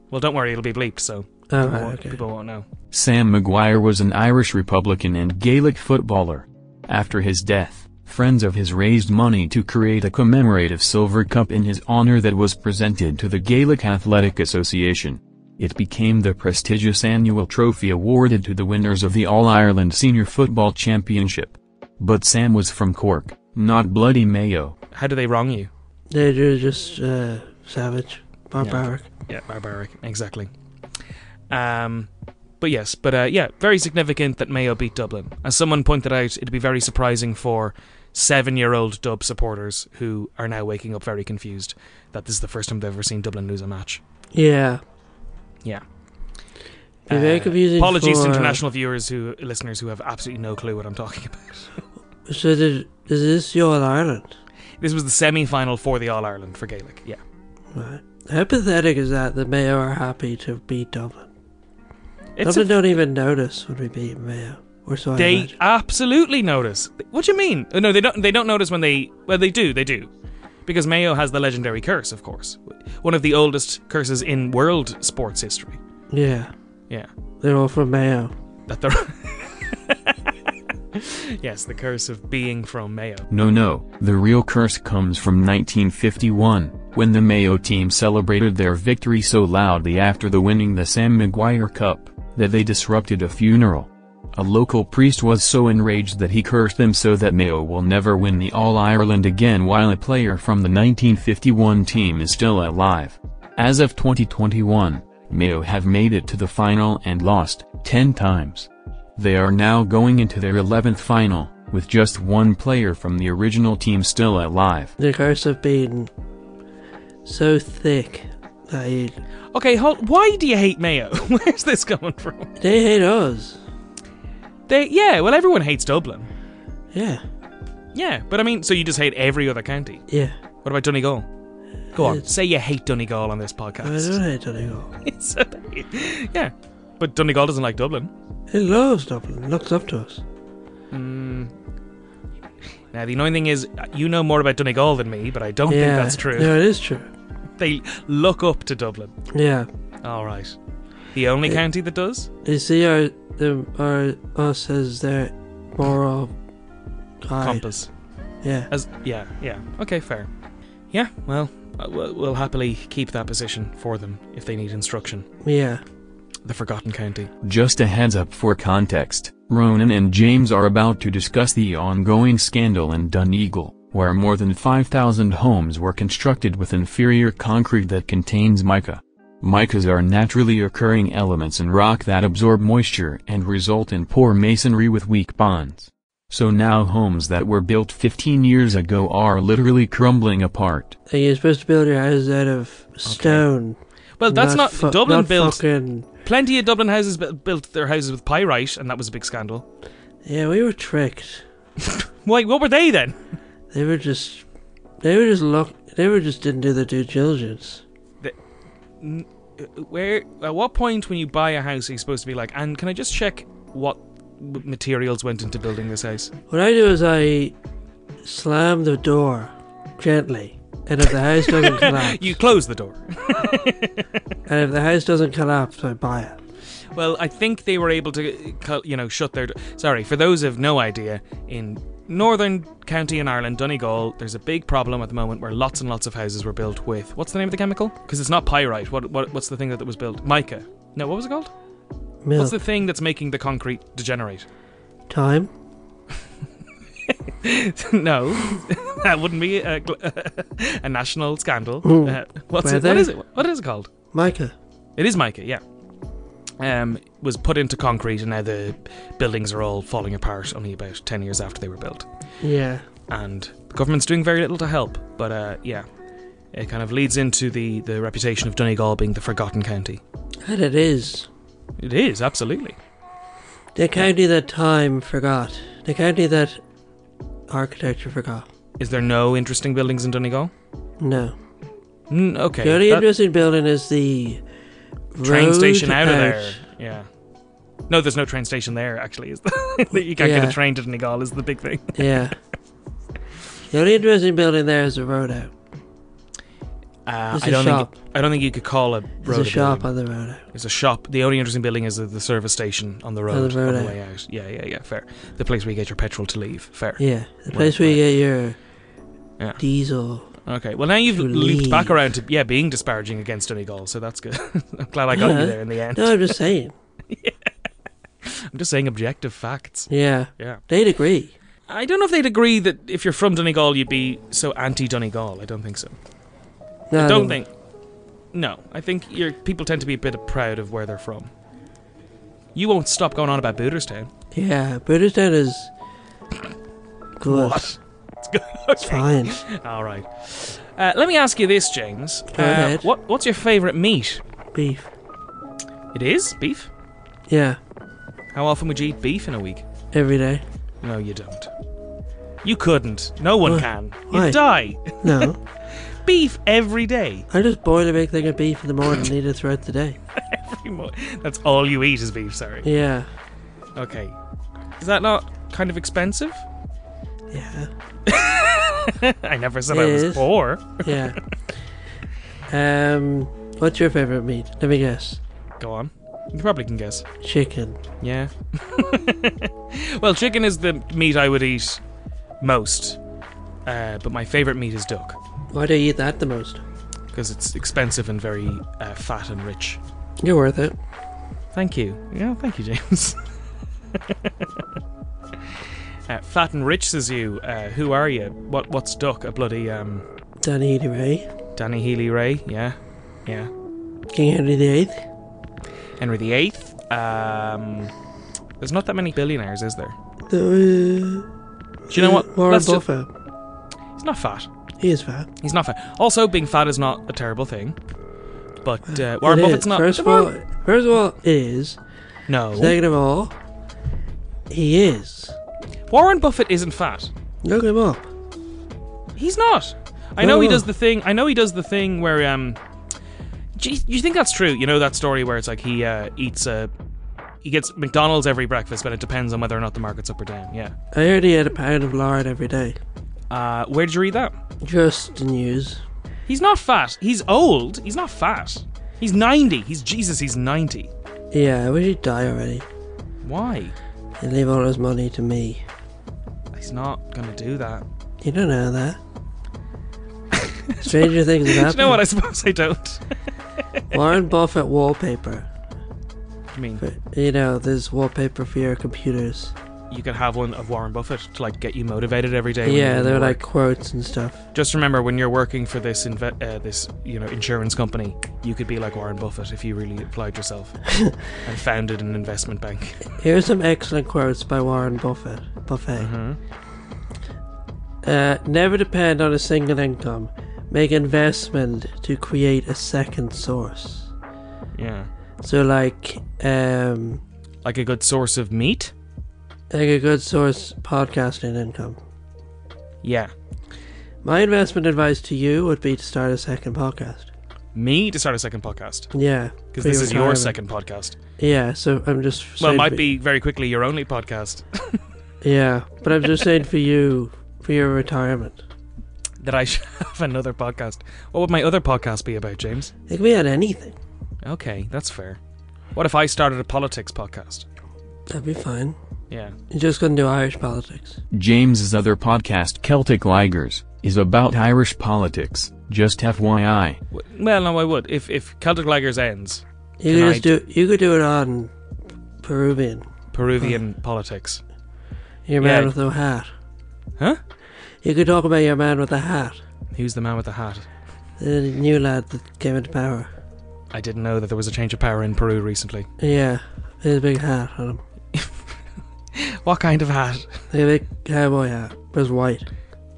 [SPEAKER 2] Well, don't worry, it'll be bleeped, so
[SPEAKER 4] Oh,
[SPEAKER 2] people,
[SPEAKER 4] right,
[SPEAKER 2] won't,
[SPEAKER 4] okay.
[SPEAKER 2] people won't know.
[SPEAKER 1] Sam Maguire was an Irish Republican and Gaelic footballer. After his death, friends of his raised money to create a commemorative silver cup in his honor that was presented to the Gaelic Athletic Association. It became the prestigious annual trophy awarded to the winners of the All-Ireland Senior Football Championship. But Sam was from Cork, not Bloody Mayo.
[SPEAKER 2] How do they wrong you?
[SPEAKER 4] They're ju- just uh, savage. Barbaric.
[SPEAKER 2] Yeah, barbaric. Exactly. Um, but yes, but uh, yeah, very significant that Mayo beat Dublin. As someone pointed out, it'd be very surprising for seven-year-old Dub supporters who are now waking up very confused that this is the first time they've ever seen Dublin lose a match.
[SPEAKER 4] Yeah.
[SPEAKER 2] Yeah.
[SPEAKER 4] Be very confusing
[SPEAKER 2] Uh, Apologies to
[SPEAKER 4] for- uh,
[SPEAKER 2] international viewers who listeners who have absolutely no clue what I'm talking about.
[SPEAKER 4] So did, is this your Ireland?
[SPEAKER 2] This was the semi-final for the All Ireland for Gaelic. Yeah.
[SPEAKER 4] Right. How pathetic is that? The Mayo are happy to beat Dublin.
[SPEAKER 2] It's
[SPEAKER 4] Dublin
[SPEAKER 2] a-
[SPEAKER 4] don't even notice when we beat Mayo. Or so I
[SPEAKER 2] they
[SPEAKER 4] imagine.
[SPEAKER 2] absolutely notice. What do you mean? Uh, No, they don't. They don't notice when they. Well, they do. They do, because Mayo has the legendary curse, of course, one of the oldest curses in world sports history.
[SPEAKER 4] Yeah.
[SPEAKER 2] Yeah,
[SPEAKER 4] They're all from Mayo.
[SPEAKER 2] that the. yes, the curse of being from Mayo.
[SPEAKER 1] No, no, the real curse comes from 1951, when the Mayo team celebrated their victory so loudly after the winning the Sam Maguire Cup, that they disrupted a funeral. A local priest was so enraged that he cursed them so that Mayo will never win the All Ireland again while a player from the 1951 team is still alive. As of 2021, Mayo have made it to the final and lost 10 times. They are now going into their 11th final, with just one player from the original team still alive.
[SPEAKER 4] The curse of being so thick that you,
[SPEAKER 2] Okay, hold. Why do you hate Mayo? Where's this coming from?
[SPEAKER 4] they hate us.
[SPEAKER 2] They. Yeah. Well, everyone hates Dublin.
[SPEAKER 4] Yeah,
[SPEAKER 2] Yeah, but I mean, so you just hate every other county.
[SPEAKER 4] yeah.
[SPEAKER 2] What about Donegal? Go on,
[SPEAKER 4] It's-
[SPEAKER 2] say you hate Donegal on this
[SPEAKER 4] I don't
[SPEAKER 2] podcast.
[SPEAKER 4] hate Donegal.
[SPEAKER 2] It's a- yeah, but Donegal doesn't like Dublin.
[SPEAKER 4] It loves Dublin. Looks up to us.
[SPEAKER 2] Now the annoying thing is, you know more about Donegal than me, but I don't
[SPEAKER 4] yeah,
[SPEAKER 2] think that's true.
[SPEAKER 4] No, it is true.
[SPEAKER 2] They look up to Dublin.
[SPEAKER 4] Yeah,
[SPEAKER 2] All right. The only
[SPEAKER 4] Yeah.
[SPEAKER 2] county that does?
[SPEAKER 4] They see our them our us as their moral guide.
[SPEAKER 2] Compass.
[SPEAKER 4] Yeah.
[SPEAKER 2] As yeah, yeah. Okay, fair. Yeah, well, uh, we'll we'll happily keep that position for them if they need instruction.
[SPEAKER 4] Yeah.
[SPEAKER 2] The Forgotten County.
[SPEAKER 1] Just a heads up for context, Ronan and James are about to discuss the ongoing scandal in Duneagle, where more than 5,000 homes were constructed with inferior concrete that contains mica. Micas are naturally occurring elements in rock that absorb moisture and result in poor masonry with weak bonds. So now homes that were built 15 years ago are literally crumbling apart.
[SPEAKER 4] And you're supposed to build your houses out of stone.
[SPEAKER 2] Well, that's not,
[SPEAKER 4] fu-
[SPEAKER 2] Dublin
[SPEAKER 4] not
[SPEAKER 2] built.
[SPEAKER 4] Fucking,
[SPEAKER 2] Plenty of Dublin houses bu- built their houses with pyrite, and that was a big scandal.
[SPEAKER 4] yeah, we were tricked.
[SPEAKER 2] Why? What were they then?
[SPEAKER 4] They were just, they were just look. They were just didn't do their due diligence.
[SPEAKER 2] Where? At what point when you buy a house are you supposed to be like? And can I just check what w- materials went into building this house?
[SPEAKER 4] What I do is I slam the door gently, and if the house doesn't collapse,
[SPEAKER 2] You close the door.
[SPEAKER 4] and if the house doesn't collapse, I buy it.
[SPEAKER 2] Well, I think they were able to, co- you know, shut their. Do- Sorry, for those of no idea, in northern county in Ireland, Donegal, there's a big problem at the moment where lots and lots of houses were built with what's the name of the chemical? Because it's not pyrite. What, what what's the thing that, that was built? Mica. No, what was it called?
[SPEAKER 4] Milk
[SPEAKER 2] What's the thing that's making the concrete degenerate?
[SPEAKER 4] time.
[SPEAKER 2] no, that wouldn't be a, gl- a national scandal.
[SPEAKER 4] Ooh,
[SPEAKER 2] Uh, what's
[SPEAKER 4] were
[SPEAKER 2] it, what
[SPEAKER 4] they?
[SPEAKER 2] is it? What is it called?
[SPEAKER 4] Micah.
[SPEAKER 2] It is mica, yeah. Um, was put into concrete, and now the buildings are all falling apart. Only about ten years after they were built,
[SPEAKER 4] Yeah.
[SPEAKER 2] and the government's doing very little to help. But uh, yeah, it kind of leads into the the reputation of Donegal being the forgotten county.
[SPEAKER 4] And it is.
[SPEAKER 2] It is absolutely.
[SPEAKER 4] The county that time forgot. The county that architecture forgot.
[SPEAKER 2] Is there no interesting buildings in Donegal?
[SPEAKER 4] No.
[SPEAKER 2] Mm, okay,
[SPEAKER 4] the only
[SPEAKER 2] that
[SPEAKER 4] interesting building is the
[SPEAKER 2] train
[SPEAKER 4] road
[SPEAKER 2] station out, of there. Yeah. No, there's no train station there. Actually, is the, you can't get
[SPEAKER 4] Yeah.
[SPEAKER 2] a train to Donegal is the big thing.
[SPEAKER 4] yeah. The only interesting building there is the road out.
[SPEAKER 2] Uh,
[SPEAKER 4] There's
[SPEAKER 2] I
[SPEAKER 4] a
[SPEAKER 2] don't
[SPEAKER 4] shop.
[SPEAKER 2] think I don't think you could call a road
[SPEAKER 4] There's
[SPEAKER 2] a
[SPEAKER 4] a shop
[SPEAKER 2] building.
[SPEAKER 4] on the road out.
[SPEAKER 2] There's a shop. The only interesting building is the, the service station on the road,
[SPEAKER 4] the road,
[SPEAKER 2] on
[SPEAKER 4] eh?
[SPEAKER 2] the way out. Yeah, yeah, yeah. Fair. The place where you get your petrol to leave. Fair.
[SPEAKER 4] Yeah. The place where you get your
[SPEAKER 2] Yeah.
[SPEAKER 4] diesel.
[SPEAKER 2] Okay. Well, now you've
[SPEAKER 4] To
[SPEAKER 2] looped back
[SPEAKER 4] leave.
[SPEAKER 2] around to yeah being disparaging against Donegal, so that's good. I'm glad I got
[SPEAKER 4] Yeah.
[SPEAKER 2] you there in the end.
[SPEAKER 4] No, I'm just saying.
[SPEAKER 2] I'm just saying objective facts.
[SPEAKER 4] Yeah.
[SPEAKER 2] Yeah.
[SPEAKER 4] They'd agree.
[SPEAKER 2] I don't know if they'd agree that if you're from Donegal, you'd be so anti Donegal. I don't think so.
[SPEAKER 4] No,
[SPEAKER 2] I don't
[SPEAKER 4] they-
[SPEAKER 2] think. No, I think your people tend to be a bit proud of where they're from. You won't stop going on about Booterstown.
[SPEAKER 4] Yeah. Booterstown is good.
[SPEAKER 2] What? It's
[SPEAKER 4] It's
[SPEAKER 2] good. Okay.
[SPEAKER 4] fine.
[SPEAKER 2] All right. Uh, let me ask you this, James. Uh,
[SPEAKER 4] Go ahead.
[SPEAKER 2] What What's your favourite meat?
[SPEAKER 4] Beef.
[SPEAKER 2] It is beef.
[SPEAKER 4] Yeah.
[SPEAKER 2] How often would you eat beef in a week?
[SPEAKER 4] Every day.
[SPEAKER 2] No, you don't. You couldn't. No one
[SPEAKER 4] Why?
[SPEAKER 2] can.
[SPEAKER 4] Why?
[SPEAKER 2] You'd die.
[SPEAKER 4] No.
[SPEAKER 2] Beef every day.
[SPEAKER 4] I just boil a big thing of beef in the morning and eat it throughout the day.
[SPEAKER 2] Every mo- That's all you eat is beef. Sorry.
[SPEAKER 4] Yeah.
[SPEAKER 2] Okay. Is that not kind of expensive?
[SPEAKER 4] Yeah.
[SPEAKER 2] I never said
[SPEAKER 4] It
[SPEAKER 2] I was
[SPEAKER 4] is.
[SPEAKER 2] poor.
[SPEAKER 4] Yeah. um, what's your favorite meat? Let me guess.
[SPEAKER 2] Go on. You probably can guess.
[SPEAKER 4] Chicken.
[SPEAKER 2] Yeah. well, chicken is the meat I would eat most. Uh, but my favorite meat is duck
[SPEAKER 4] Why do you eat that the most?
[SPEAKER 2] because it's expensive and very uh, fat and rich.
[SPEAKER 4] You're worth it.
[SPEAKER 2] Thank you. Yeah, thank you, James. uh, fat and rich says you. Uh, who are you? What what's duck? A bloody um,
[SPEAKER 4] Danny Healy Ray,
[SPEAKER 2] Danny Healy Ray? Yeah, yeah.
[SPEAKER 4] King Henry VIII.
[SPEAKER 2] Henry the Eighth. Um, there's not that many billionaires, is there?
[SPEAKER 4] The, uh,
[SPEAKER 2] Do you know what?
[SPEAKER 4] Warren
[SPEAKER 2] Let's ju-
[SPEAKER 4] Buffett.
[SPEAKER 2] He's not fat.
[SPEAKER 4] He is fat.
[SPEAKER 2] He's not fat. Also, being fat is not a terrible thing. But uh, Warren
[SPEAKER 4] It
[SPEAKER 2] Buffett's
[SPEAKER 4] is.
[SPEAKER 2] not. Oh.
[SPEAKER 4] First of all, first of all, it is.
[SPEAKER 2] no.
[SPEAKER 4] Second of all, he is.
[SPEAKER 2] Warren Buffett isn't fat.
[SPEAKER 4] Look him up.
[SPEAKER 2] He's not. I
[SPEAKER 4] No,
[SPEAKER 2] know he
[SPEAKER 4] no.
[SPEAKER 2] does the thing. I know he does the thing where um. Do you, you think that's true? You know that story where it's like he uh, eats a. He gets McDonald's every breakfast, but it depends on whether or not the market's up or down. Yeah.
[SPEAKER 4] I heard he had a pound of lard every day.
[SPEAKER 2] Uh, where did you read that?
[SPEAKER 4] Just the news.
[SPEAKER 2] He's not fat. He's old. He's not fat. He's ninety. He's Jesus. He's ninety.
[SPEAKER 4] Yeah, I wish he'd die already
[SPEAKER 2] Why?
[SPEAKER 4] and leave all his money to me.
[SPEAKER 2] He's not gonna do that.
[SPEAKER 4] You don't know that. Stranger things
[SPEAKER 2] Do
[SPEAKER 4] have
[SPEAKER 2] you
[SPEAKER 4] happened.
[SPEAKER 2] know what? I suppose I don't.
[SPEAKER 4] Warren Buffett wallpaper.
[SPEAKER 2] I mean,
[SPEAKER 4] But, you know, there's wallpaper for your computers.
[SPEAKER 2] you could have one of Warren Buffett to like get you motivated every day. when you're
[SPEAKER 4] yeah,
[SPEAKER 2] doing
[SPEAKER 4] they're
[SPEAKER 2] your
[SPEAKER 4] like
[SPEAKER 2] work.
[SPEAKER 4] quotes and stuff.
[SPEAKER 2] Just remember when you're working for this inve- uh, this you know insurance company, you could be like Warren Buffett if you really applied yourself and founded an investment bank.
[SPEAKER 4] Here's some excellent quotes by Warren Buffett. Buffett.
[SPEAKER 2] Mhm.
[SPEAKER 4] Uh, never depend on a single income. Make investment to create a second source.
[SPEAKER 2] Yeah,
[SPEAKER 4] So, like, um,
[SPEAKER 2] like a good source of meat.
[SPEAKER 4] like a good source podcasting income.
[SPEAKER 2] Yeah,
[SPEAKER 4] My investment advice to you would be to start a second podcast.
[SPEAKER 2] me to start a second podcast
[SPEAKER 4] Yeah,
[SPEAKER 2] because
[SPEAKER 4] for
[SPEAKER 2] this is your
[SPEAKER 4] retirement.
[SPEAKER 2] second podcast.
[SPEAKER 4] Yeah, so I'm just
[SPEAKER 2] Well, it
[SPEAKER 4] saying for-
[SPEAKER 2] might be very quickly your only podcast
[SPEAKER 4] Yeah, but I'm just saying for you, for your retirement.
[SPEAKER 2] that I should have another podcast. What would my other podcast be about, James?
[SPEAKER 4] It could be on anything.
[SPEAKER 2] Okay, that's fair. What if I started a politics podcast?
[SPEAKER 4] That'd be fine.
[SPEAKER 2] Yeah.
[SPEAKER 4] You're just gonna do Irish politics.
[SPEAKER 1] James's other podcast, Celtic Ligers, is about Irish politics, just FYI.
[SPEAKER 2] W- Well, no, I would. If if Celtic Ligers ends,
[SPEAKER 4] You
[SPEAKER 2] Can
[SPEAKER 4] could
[SPEAKER 2] I
[SPEAKER 4] just do. You could do it on Peruvian.
[SPEAKER 2] Peruvian politics.
[SPEAKER 4] Your man
[SPEAKER 2] Yeah.
[SPEAKER 4] with no hat.
[SPEAKER 2] Huh?
[SPEAKER 4] You could talk about your man with the hat,
[SPEAKER 2] Who's the man with the hat?
[SPEAKER 4] the new lad that came into power.
[SPEAKER 2] I didn't know that there was a change of power in Peru recently.
[SPEAKER 4] Yeah, he had a big hat on him,
[SPEAKER 2] What kind of hat?
[SPEAKER 4] like a big cowboy hat, but it's white.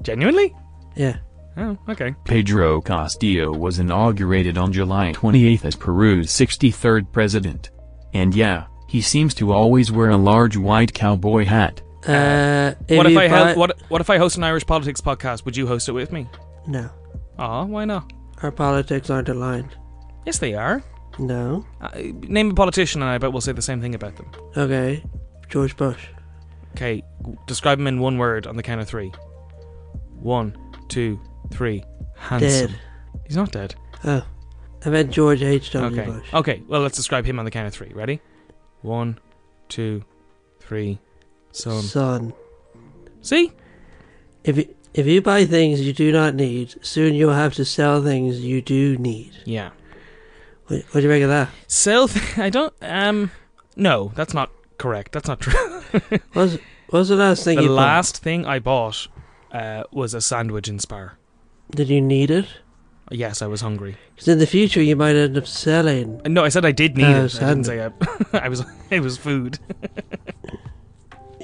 [SPEAKER 2] Genuinely?
[SPEAKER 4] Yeah,
[SPEAKER 2] Oh, okay.
[SPEAKER 1] Pedro Castillo was inaugurated on July 28 as Peru's 63rd president. And yeah, he seems to always wear a large white cowboy hat.
[SPEAKER 4] Uh, if
[SPEAKER 2] what if
[SPEAKER 4] you
[SPEAKER 2] I
[SPEAKER 4] buy-
[SPEAKER 2] hel- what what if I host an Irish politics podcast? Would you host it with me?
[SPEAKER 4] No,
[SPEAKER 2] Ah, why not?
[SPEAKER 4] our politics aren't aligned.
[SPEAKER 2] Yes, they are.
[SPEAKER 4] No.
[SPEAKER 2] Uh, name a politician, and I bet we'll say the same thing about them.
[SPEAKER 4] Okay, George Bush.
[SPEAKER 2] Okay, w- describe him in one word on the count of three. One, two, three. Handsome.
[SPEAKER 4] Dead.
[SPEAKER 2] He's not dead.
[SPEAKER 4] Oh, I meant George H. W.
[SPEAKER 2] Okay.
[SPEAKER 4] Bush.
[SPEAKER 2] Okay. Well, let's describe him on the count of three. Ready? One, two, three. Son.
[SPEAKER 4] Oh, Son,
[SPEAKER 2] See?
[SPEAKER 4] if you, if you buy things you do not need, soon you'll have to sell things you do need.
[SPEAKER 2] Yeah.
[SPEAKER 4] What, what do you make of that?
[SPEAKER 2] Sell. Th- I don't. Um. No, that's not correct. That's not true.
[SPEAKER 4] What's what's the last thing
[SPEAKER 2] The
[SPEAKER 4] you
[SPEAKER 2] last thing I bought uh, was a sandwich in Spar.
[SPEAKER 4] bought? Did you need it?
[SPEAKER 2] Yes, I was hungry.
[SPEAKER 4] Because in the future you might end up selling.
[SPEAKER 2] Uh, No, I said I did need
[SPEAKER 4] No,
[SPEAKER 2] it. I didn't say I, I was. It was food.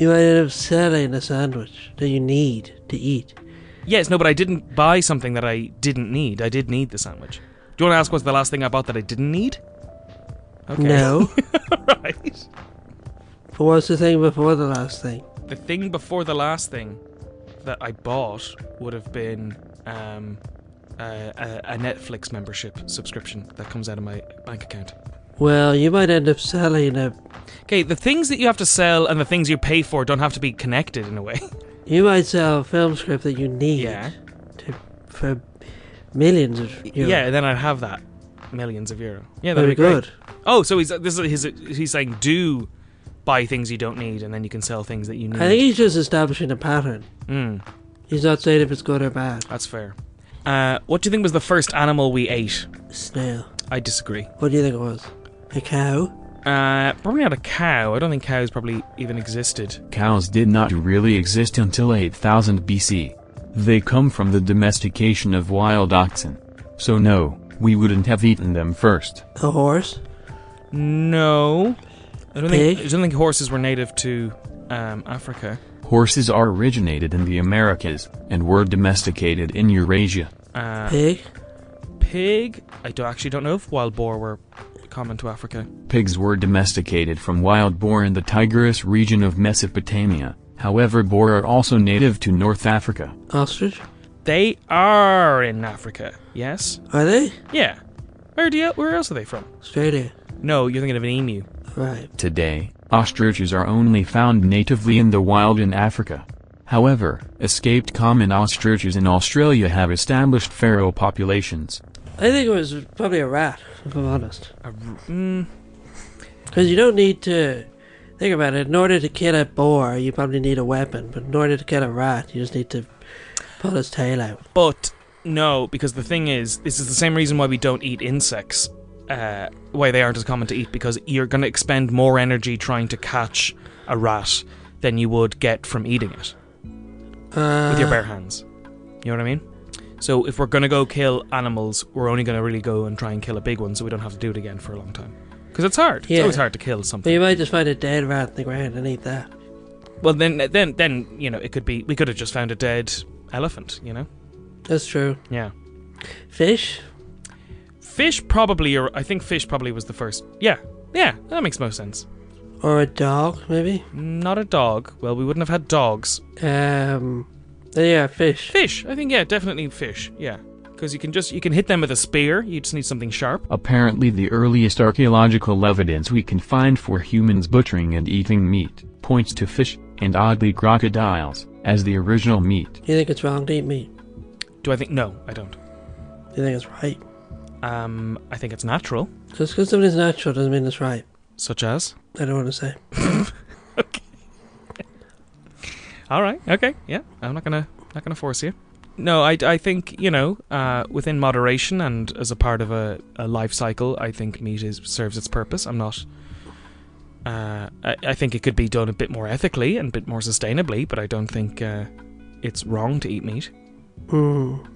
[SPEAKER 4] You might end up selling a sandwich that you need to eat.
[SPEAKER 2] Yes, no, but I didn't buy something that I didn't need. I did need the sandwich. Do you want to ask what's the last thing I bought that I didn't need? Okay.
[SPEAKER 4] No,
[SPEAKER 2] right.
[SPEAKER 4] but what's the thing before the last thing?
[SPEAKER 2] The thing before the last thing that I bought would have been um, uh, a, a Netflix membership subscription that comes out of my bank account.
[SPEAKER 4] Well, you might end up selling a.
[SPEAKER 2] Okay, the things that you have to sell and the things you pay for don't have to be connected in a way.
[SPEAKER 4] You might sell a film script that you need
[SPEAKER 2] Yeah.
[SPEAKER 4] to, for millions of euros.
[SPEAKER 2] Yeah, and then I'd have that millions of euro. Yeah, that'd
[SPEAKER 4] very
[SPEAKER 2] be great.
[SPEAKER 4] good.
[SPEAKER 2] Oh, so he's this is his, he's saying do buy things you don't need and then you can sell things that you need.
[SPEAKER 4] I think he's just establishing a pattern.
[SPEAKER 2] Mm,
[SPEAKER 4] He's not saying if it's good or bad.
[SPEAKER 2] that's fair. Uh, what do you think was the first animal we ate?
[SPEAKER 4] Snail.
[SPEAKER 2] I disagree.
[SPEAKER 4] What do you think it was? A cow?
[SPEAKER 2] Uh, probably not a cow. I don't think cows probably even existed.
[SPEAKER 1] Cows did not really exist until 8000 BC. They come from the domestication of wild oxen. So no, we wouldn't have eaten them first.
[SPEAKER 4] A horse?
[SPEAKER 2] No, I don't think.
[SPEAKER 4] Pig?
[SPEAKER 2] I don't think horses were native to um, Africa.
[SPEAKER 1] Horses are originated in the Americas, and were domesticated in Eurasia.
[SPEAKER 2] Uh,
[SPEAKER 4] Pig?
[SPEAKER 2] pig. I do, actually don't know if wild boar were common to Africa.
[SPEAKER 1] Pigs were domesticated from wild boar in the Tigris region of Mesopotamia. However, boar are also native to North Africa.
[SPEAKER 4] Ostrich?
[SPEAKER 2] They are in Africa. Yes.
[SPEAKER 4] Are they?
[SPEAKER 2] Yeah. Where do you? Where else are they from?
[SPEAKER 4] Australia.
[SPEAKER 2] No, you're thinking of an emu.
[SPEAKER 4] Right.
[SPEAKER 1] Today, ostriches are only found natively in the wild in Africa. However, escaped common ostriches in Australia have established feral populations.
[SPEAKER 4] I think it was probably a rat, if I'm honest.
[SPEAKER 2] A r- mm,
[SPEAKER 4] Because you don't need to think about it. In order to kill a boar, you probably need a weapon, but in order to kill a rat, you just need to pull its tail out.
[SPEAKER 2] But no, because the thing is, this is the same reason why we don't eat insects. Uh, why they aren't as common to eat because you're going to expend more energy trying to catch a rat than you would get from eating it
[SPEAKER 4] Uh,
[SPEAKER 2] with your bare hands. You know what I mean? So if we're going to go kill animals, we're only going to really go and try and kill a big one so we don't have to do it again for a long time. Because it's hard. It's
[SPEAKER 4] Yeah.
[SPEAKER 2] always hard to kill something.
[SPEAKER 4] But you might just find a dead rat in the ground and eat that.
[SPEAKER 2] Well, then, then, then you know, it could be we could have just found a dead elephant. You know,
[SPEAKER 4] That's true.
[SPEAKER 2] yeah.
[SPEAKER 4] Fish?
[SPEAKER 2] Fish probably, or I think fish probably was the first. Yeah, yeah, that makes most sense.
[SPEAKER 4] Or a dog, maybe?
[SPEAKER 2] Not a dog. Well, we wouldn't have had dogs.
[SPEAKER 4] Um, yeah, fish.
[SPEAKER 2] Fish, I think. Yeah, definitely fish. Yeah, because you can just you can hit them with a spear. You just need something sharp.
[SPEAKER 1] Apparently, the earliest archaeological evidence we can find for humans butchering and eating meat points to fish, and oddly crocodiles, as the original meat.
[SPEAKER 4] You think it's wrong to eat meat?
[SPEAKER 2] Do I think? No, I don't.
[SPEAKER 4] You think it's right?
[SPEAKER 2] Um, I think it's natural,
[SPEAKER 4] Just because something's natural doesn't mean it's right.
[SPEAKER 2] such as.
[SPEAKER 4] I don't want to say.
[SPEAKER 2] All right. Okay. Yeah. I'm not gonna not gonna force you. No, I, I think you know uh, within moderation and as a part of a, a life cycle, I think meat is serves its purpose. I'm not. Uh, I, I think it could be done a bit more ethically and a bit more sustainably, but I don't think uh, it's wrong to eat meat.
[SPEAKER 4] Mm,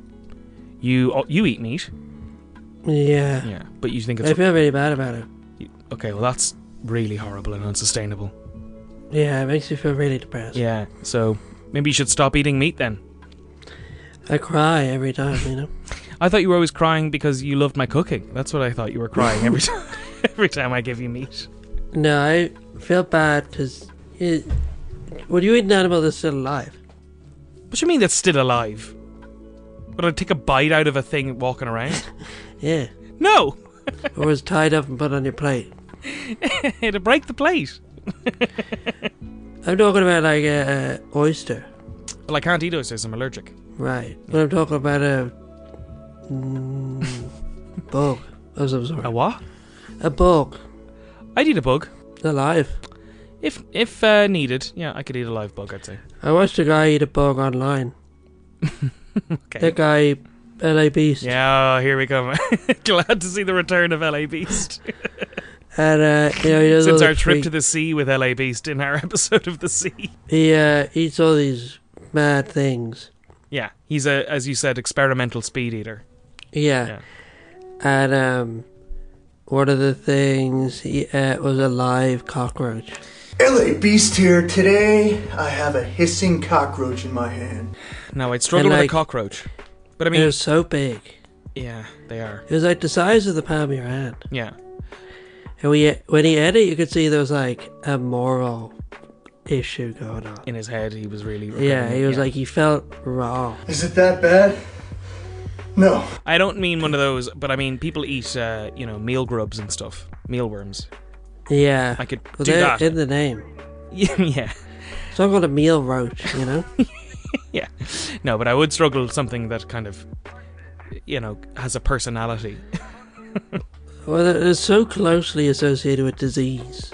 [SPEAKER 2] You oh, you eat meat,
[SPEAKER 4] yeah.
[SPEAKER 2] yeah, but you think it's
[SPEAKER 4] I feel really bad about it.
[SPEAKER 2] okay. Well, that's really horrible and unsustainable.
[SPEAKER 4] Yeah, it makes me feel really depressed.
[SPEAKER 2] Yeah. So maybe you should stop eating meat then.
[SPEAKER 4] I cry every time, you know?
[SPEAKER 2] I thought you were always crying because you loved my cooking. That's what I thought you were crying every time. every time I give you meat.
[SPEAKER 4] No, I feel bad because would you eat an animal that's still alive?
[SPEAKER 2] What do you mean that's still alive? Would I take a bite out of a thing walking around?
[SPEAKER 4] Yeah.
[SPEAKER 2] No,
[SPEAKER 4] or is tied up and put on your plate?
[SPEAKER 2] it'll break the plate.
[SPEAKER 4] I'm talking about like a, a oyster,
[SPEAKER 2] Well, I can't eat oysters. I'm allergic.
[SPEAKER 4] right? But I'm talking about a mm, bug of some
[SPEAKER 2] A
[SPEAKER 4] sort.
[SPEAKER 2] what?
[SPEAKER 4] A bug
[SPEAKER 2] I'd eat a bug
[SPEAKER 4] alive.
[SPEAKER 2] if if uh, needed. Yeah, I could eat a live bug. I'd say.
[SPEAKER 4] I watched a guy eat a bug online.
[SPEAKER 2] Okay.
[SPEAKER 4] That guy, LA Beast,
[SPEAKER 2] Yeah, here we come. Glad to see the return of LA Beast.
[SPEAKER 4] and uh, you know he does all
[SPEAKER 2] Since our
[SPEAKER 4] the
[SPEAKER 2] trip to
[SPEAKER 4] freak-
[SPEAKER 2] the sea with LA Beast in our episode of the sea.
[SPEAKER 4] he uh, eats all these mad things.
[SPEAKER 2] Yeah, he's a as you said experimental speed eater.
[SPEAKER 4] Yeah.
[SPEAKER 2] Yeah.
[SPEAKER 4] And um, one of the things he ate was a live cockroach.
[SPEAKER 5] LA Beast here. Today, I have a hissing cockroach in my hand.
[SPEAKER 2] No, I'd struggle
[SPEAKER 4] And,
[SPEAKER 2] with a
[SPEAKER 4] like-
[SPEAKER 2] cockroach. But I
[SPEAKER 4] it
[SPEAKER 2] mean,
[SPEAKER 4] was so big.
[SPEAKER 2] yeah, they are.
[SPEAKER 4] It was like the size of the palm of your hand.
[SPEAKER 2] Yeah.
[SPEAKER 4] And we, when he ate it, you could see there was like a moral issue going on.
[SPEAKER 2] In his head, he was really.
[SPEAKER 4] Yeah,
[SPEAKER 2] regretting it,
[SPEAKER 4] he was like, he felt wrong.
[SPEAKER 5] Is it that bad? No.
[SPEAKER 2] I don't mean one of those, but I mean, people eat, uh, you know, meal grubs and stuff, mealworms.
[SPEAKER 4] Yeah.
[SPEAKER 2] I could
[SPEAKER 4] well,
[SPEAKER 2] do
[SPEAKER 4] they're
[SPEAKER 2] that.
[SPEAKER 4] in the name.
[SPEAKER 2] yeah.
[SPEAKER 4] It's not called a meal roach, you know?
[SPEAKER 2] Yeah. No, but I would struggle with something that kind of, you know, has a personality.
[SPEAKER 4] well, it- it's so closely associated with disease.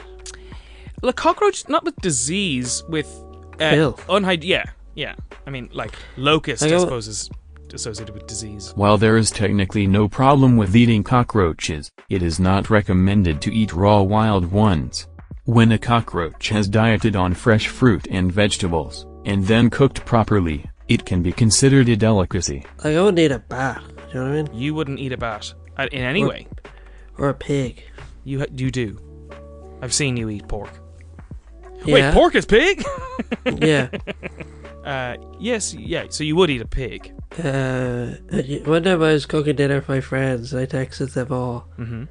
[SPEAKER 2] Like, cockroach, not with disease, with. Uh,
[SPEAKER 4] Filth.
[SPEAKER 2] Unhyd- yeah, yeah. I mean, like, locust,
[SPEAKER 4] I
[SPEAKER 2] I
[SPEAKER 4] go-
[SPEAKER 2] suppose, is associated with disease.
[SPEAKER 1] While there is technically no problem with eating cockroaches, it is not recommended to eat raw wild ones. When a cockroach has dieted on fresh fruit and vegetables, and then cooked properly, it can be considered a delicacy.
[SPEAKER 4] Like, I would need a bat, you know what I mean?
[SPEAKER 2] You wouldn't eat a bat uh, in any
[SPEAKER 4] Or-
[SPEAKER 2] way.
[SPEAKER 4] Or a pig.
[SPEAKER 2] You ha- you do. I've seen you eat pork.
[SPEAKER 4] Yeah.
[SPEAKER 2] Wait, pork is pig?
[SPEAKER 4] Yeah.
[SPEAKER 2] Uh, yes, yeah. So you would eat a pig.
[SPEAKER 4] Uh, one time I was cooking dinner for my friends, and I texted them all.
[SPEAKER 2] Mhm.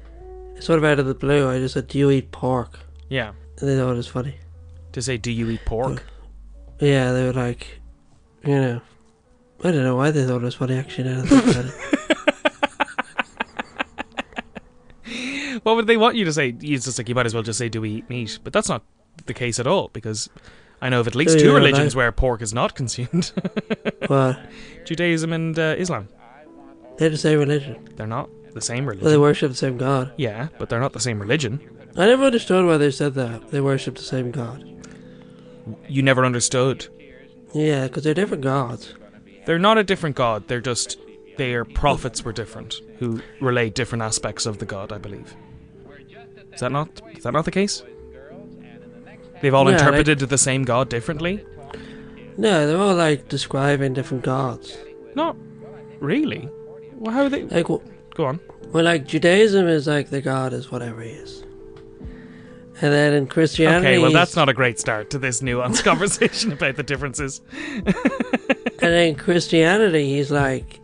[SPEAKER 4] Sort of out of the blue, I just said, "Do you eat pork?"
[SPEAKER 2] Yeah.
[SPEAKER 4] And they thought it was funny.
[SPEAKER 2] To say, do you eat pork?
[SPEAKER 4] Yeah, they were like, you know, I don't know why they thought it was funny. Actually, now that I think about it.
[SPEAKER 2] What would they want you to say? It's just like you might as well just say, do we eat meat? But that's not the case at all because I know of at least
[SPEAKER 4] Yeah,
[SPEAKER 2] two
[SPEAKER 4] yeah,
[SPEAKER 2] religions
[SPEAKER 4] like-
[SPEAKER 2] where pork is not consumed:
[SPEAKER 4] But
[SPEAKER 2] Judaism and uh, Islam.
[SPEAKER 4] they're the same religion.
[SPEAKER 2] They're not. the same
[SPEAKER 4] Well, they
[SPEAKER 2] religion.
[SPEAKER 4] worship the same god.
[SPEAKER 2] Yeah, but they're not the same religion.
[SPEAKER 4] I never understood why they said that. They worship the same god.
[SPEAKER 2] You never understood.
[SPEAKER 4] Yeah, because they're different gods.
[SPEAKER 2] They're not a different god. They're just their prophets were different, who relayed different aspects of the god. I believe. Is that not? Is that not the case? They've all
[SPEAKER 4] Yeah, like-
[SPEAKER 2] interpreted the same god differently.
[SPEAKER 4] No, they're all like describing different gods.
[SPEAKER 2] Not really. Well, how are they?
[SPEAKER 4] Like, w-
[SPEAKER 2] Go on.
[SPEAKER 4] well, like Judaism is like the god is whatever he is, and then in Christianity,
[SPEAKER 2] Okay, well,
[SPEAKER 4] he's-
[SPEAKER 2] that's not a great start to this nuanced conversation about the differences.
[SPEAKER 4] And in Christianity, he's like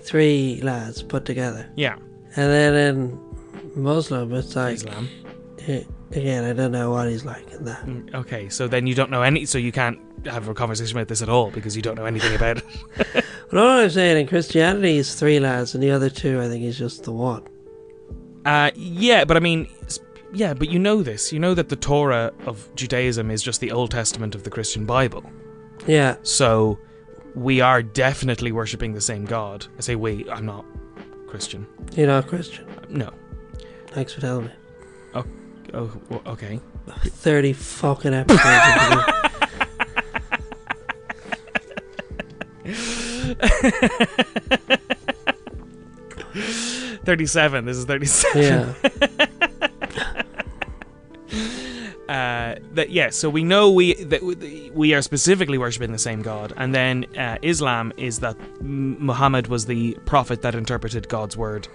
[SPEAKER 4] three lads put together,
[SPEAKER 2] Yeah,
[SPEAKER 4] and then in Muslim, it's like
[SPEAKER 2] Islam.
[SPEAKER 4] eh, again, I don't know what he's like in that.
[SPEAKER 2] Mm. Okay, so then you don't know any, so you can't have a conversation about this at all because you don't know anything about it.
[SPEAKER 4] But all I'm saying in Christianity, he's three lads, and the other two, I think, he's just the one.
[SPEAKER 2] Uh, yeah, but I mean, s- yeah, but you know this. You know that the Torah of Judaism is just the Old Testament of the Christian Bible.
[SPEAKER 4] Yeah,
[SPEAKER 2] So we are definitely worshipping the same God. I say we, I'm not Christian.
[SPEAKER 4] you're not Christian.
[SPEAKER 2] No.
[SPEAKER 4] Thanks for telling me.
[SPEAKER 2] Oh, w- okay.
[SPEAKER 4] Thirty fucking episodes. into this.
[SPEAKER 2] Thirty-seven. This is thirty-seven.
[SPEAKER 4] Yeah.
[SPEAKER 2] uh, that yeah, so we know we that we- we are specifically worshiping the same God, and then uh, Islam is that M- Muhammad was the prophet that interpreted God's word,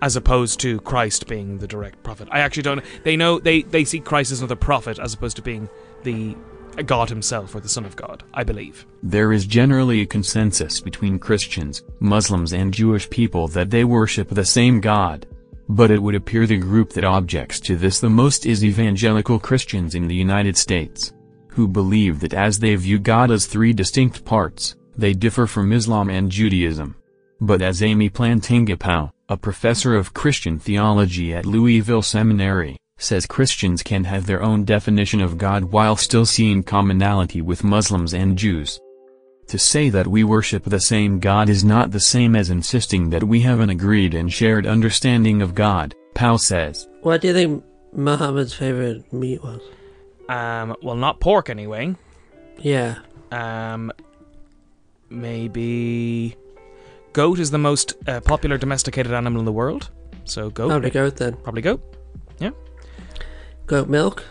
[SPEAKER 2] as opposed to Christ being the direct prophet. I actually don't. They know they they see Christ as another prophet as opposed to being the uh, God himself or the Son of God. I believe.
[SPEAKER 1] There is generally a consensus between Christians, Muslims and Jewish people that they worship the same God. But it would appear the group that objects to this the most is evangelical Christians in the United States, who believe that as they view God as three distinct parts, they differ from Islam and Judaism. But as Amy Plantingapow, a professor of Christian theology at Louisville Seminary, says Christians can have their own definition of God while still seeing commonality with Muslims and Jews. To say that we worship the same God is not the same as insisting that we have an agreed and shared understanding of God, Powell says.
[SPEAKER 4] What do you think Muhammad's favorite meat was?
[SPEAKER 2] Um, well, not pork anyway.
[SPEAKER 4] Yeah.
[SPEAKER 2] Um, maybe goat is the most uh, popular domesticated animal in the world. So goat,
[SPEAKER 4] Probably goat then.
[SPEAKER 2] probably goat.
[SPEAKER 4] Goat milk.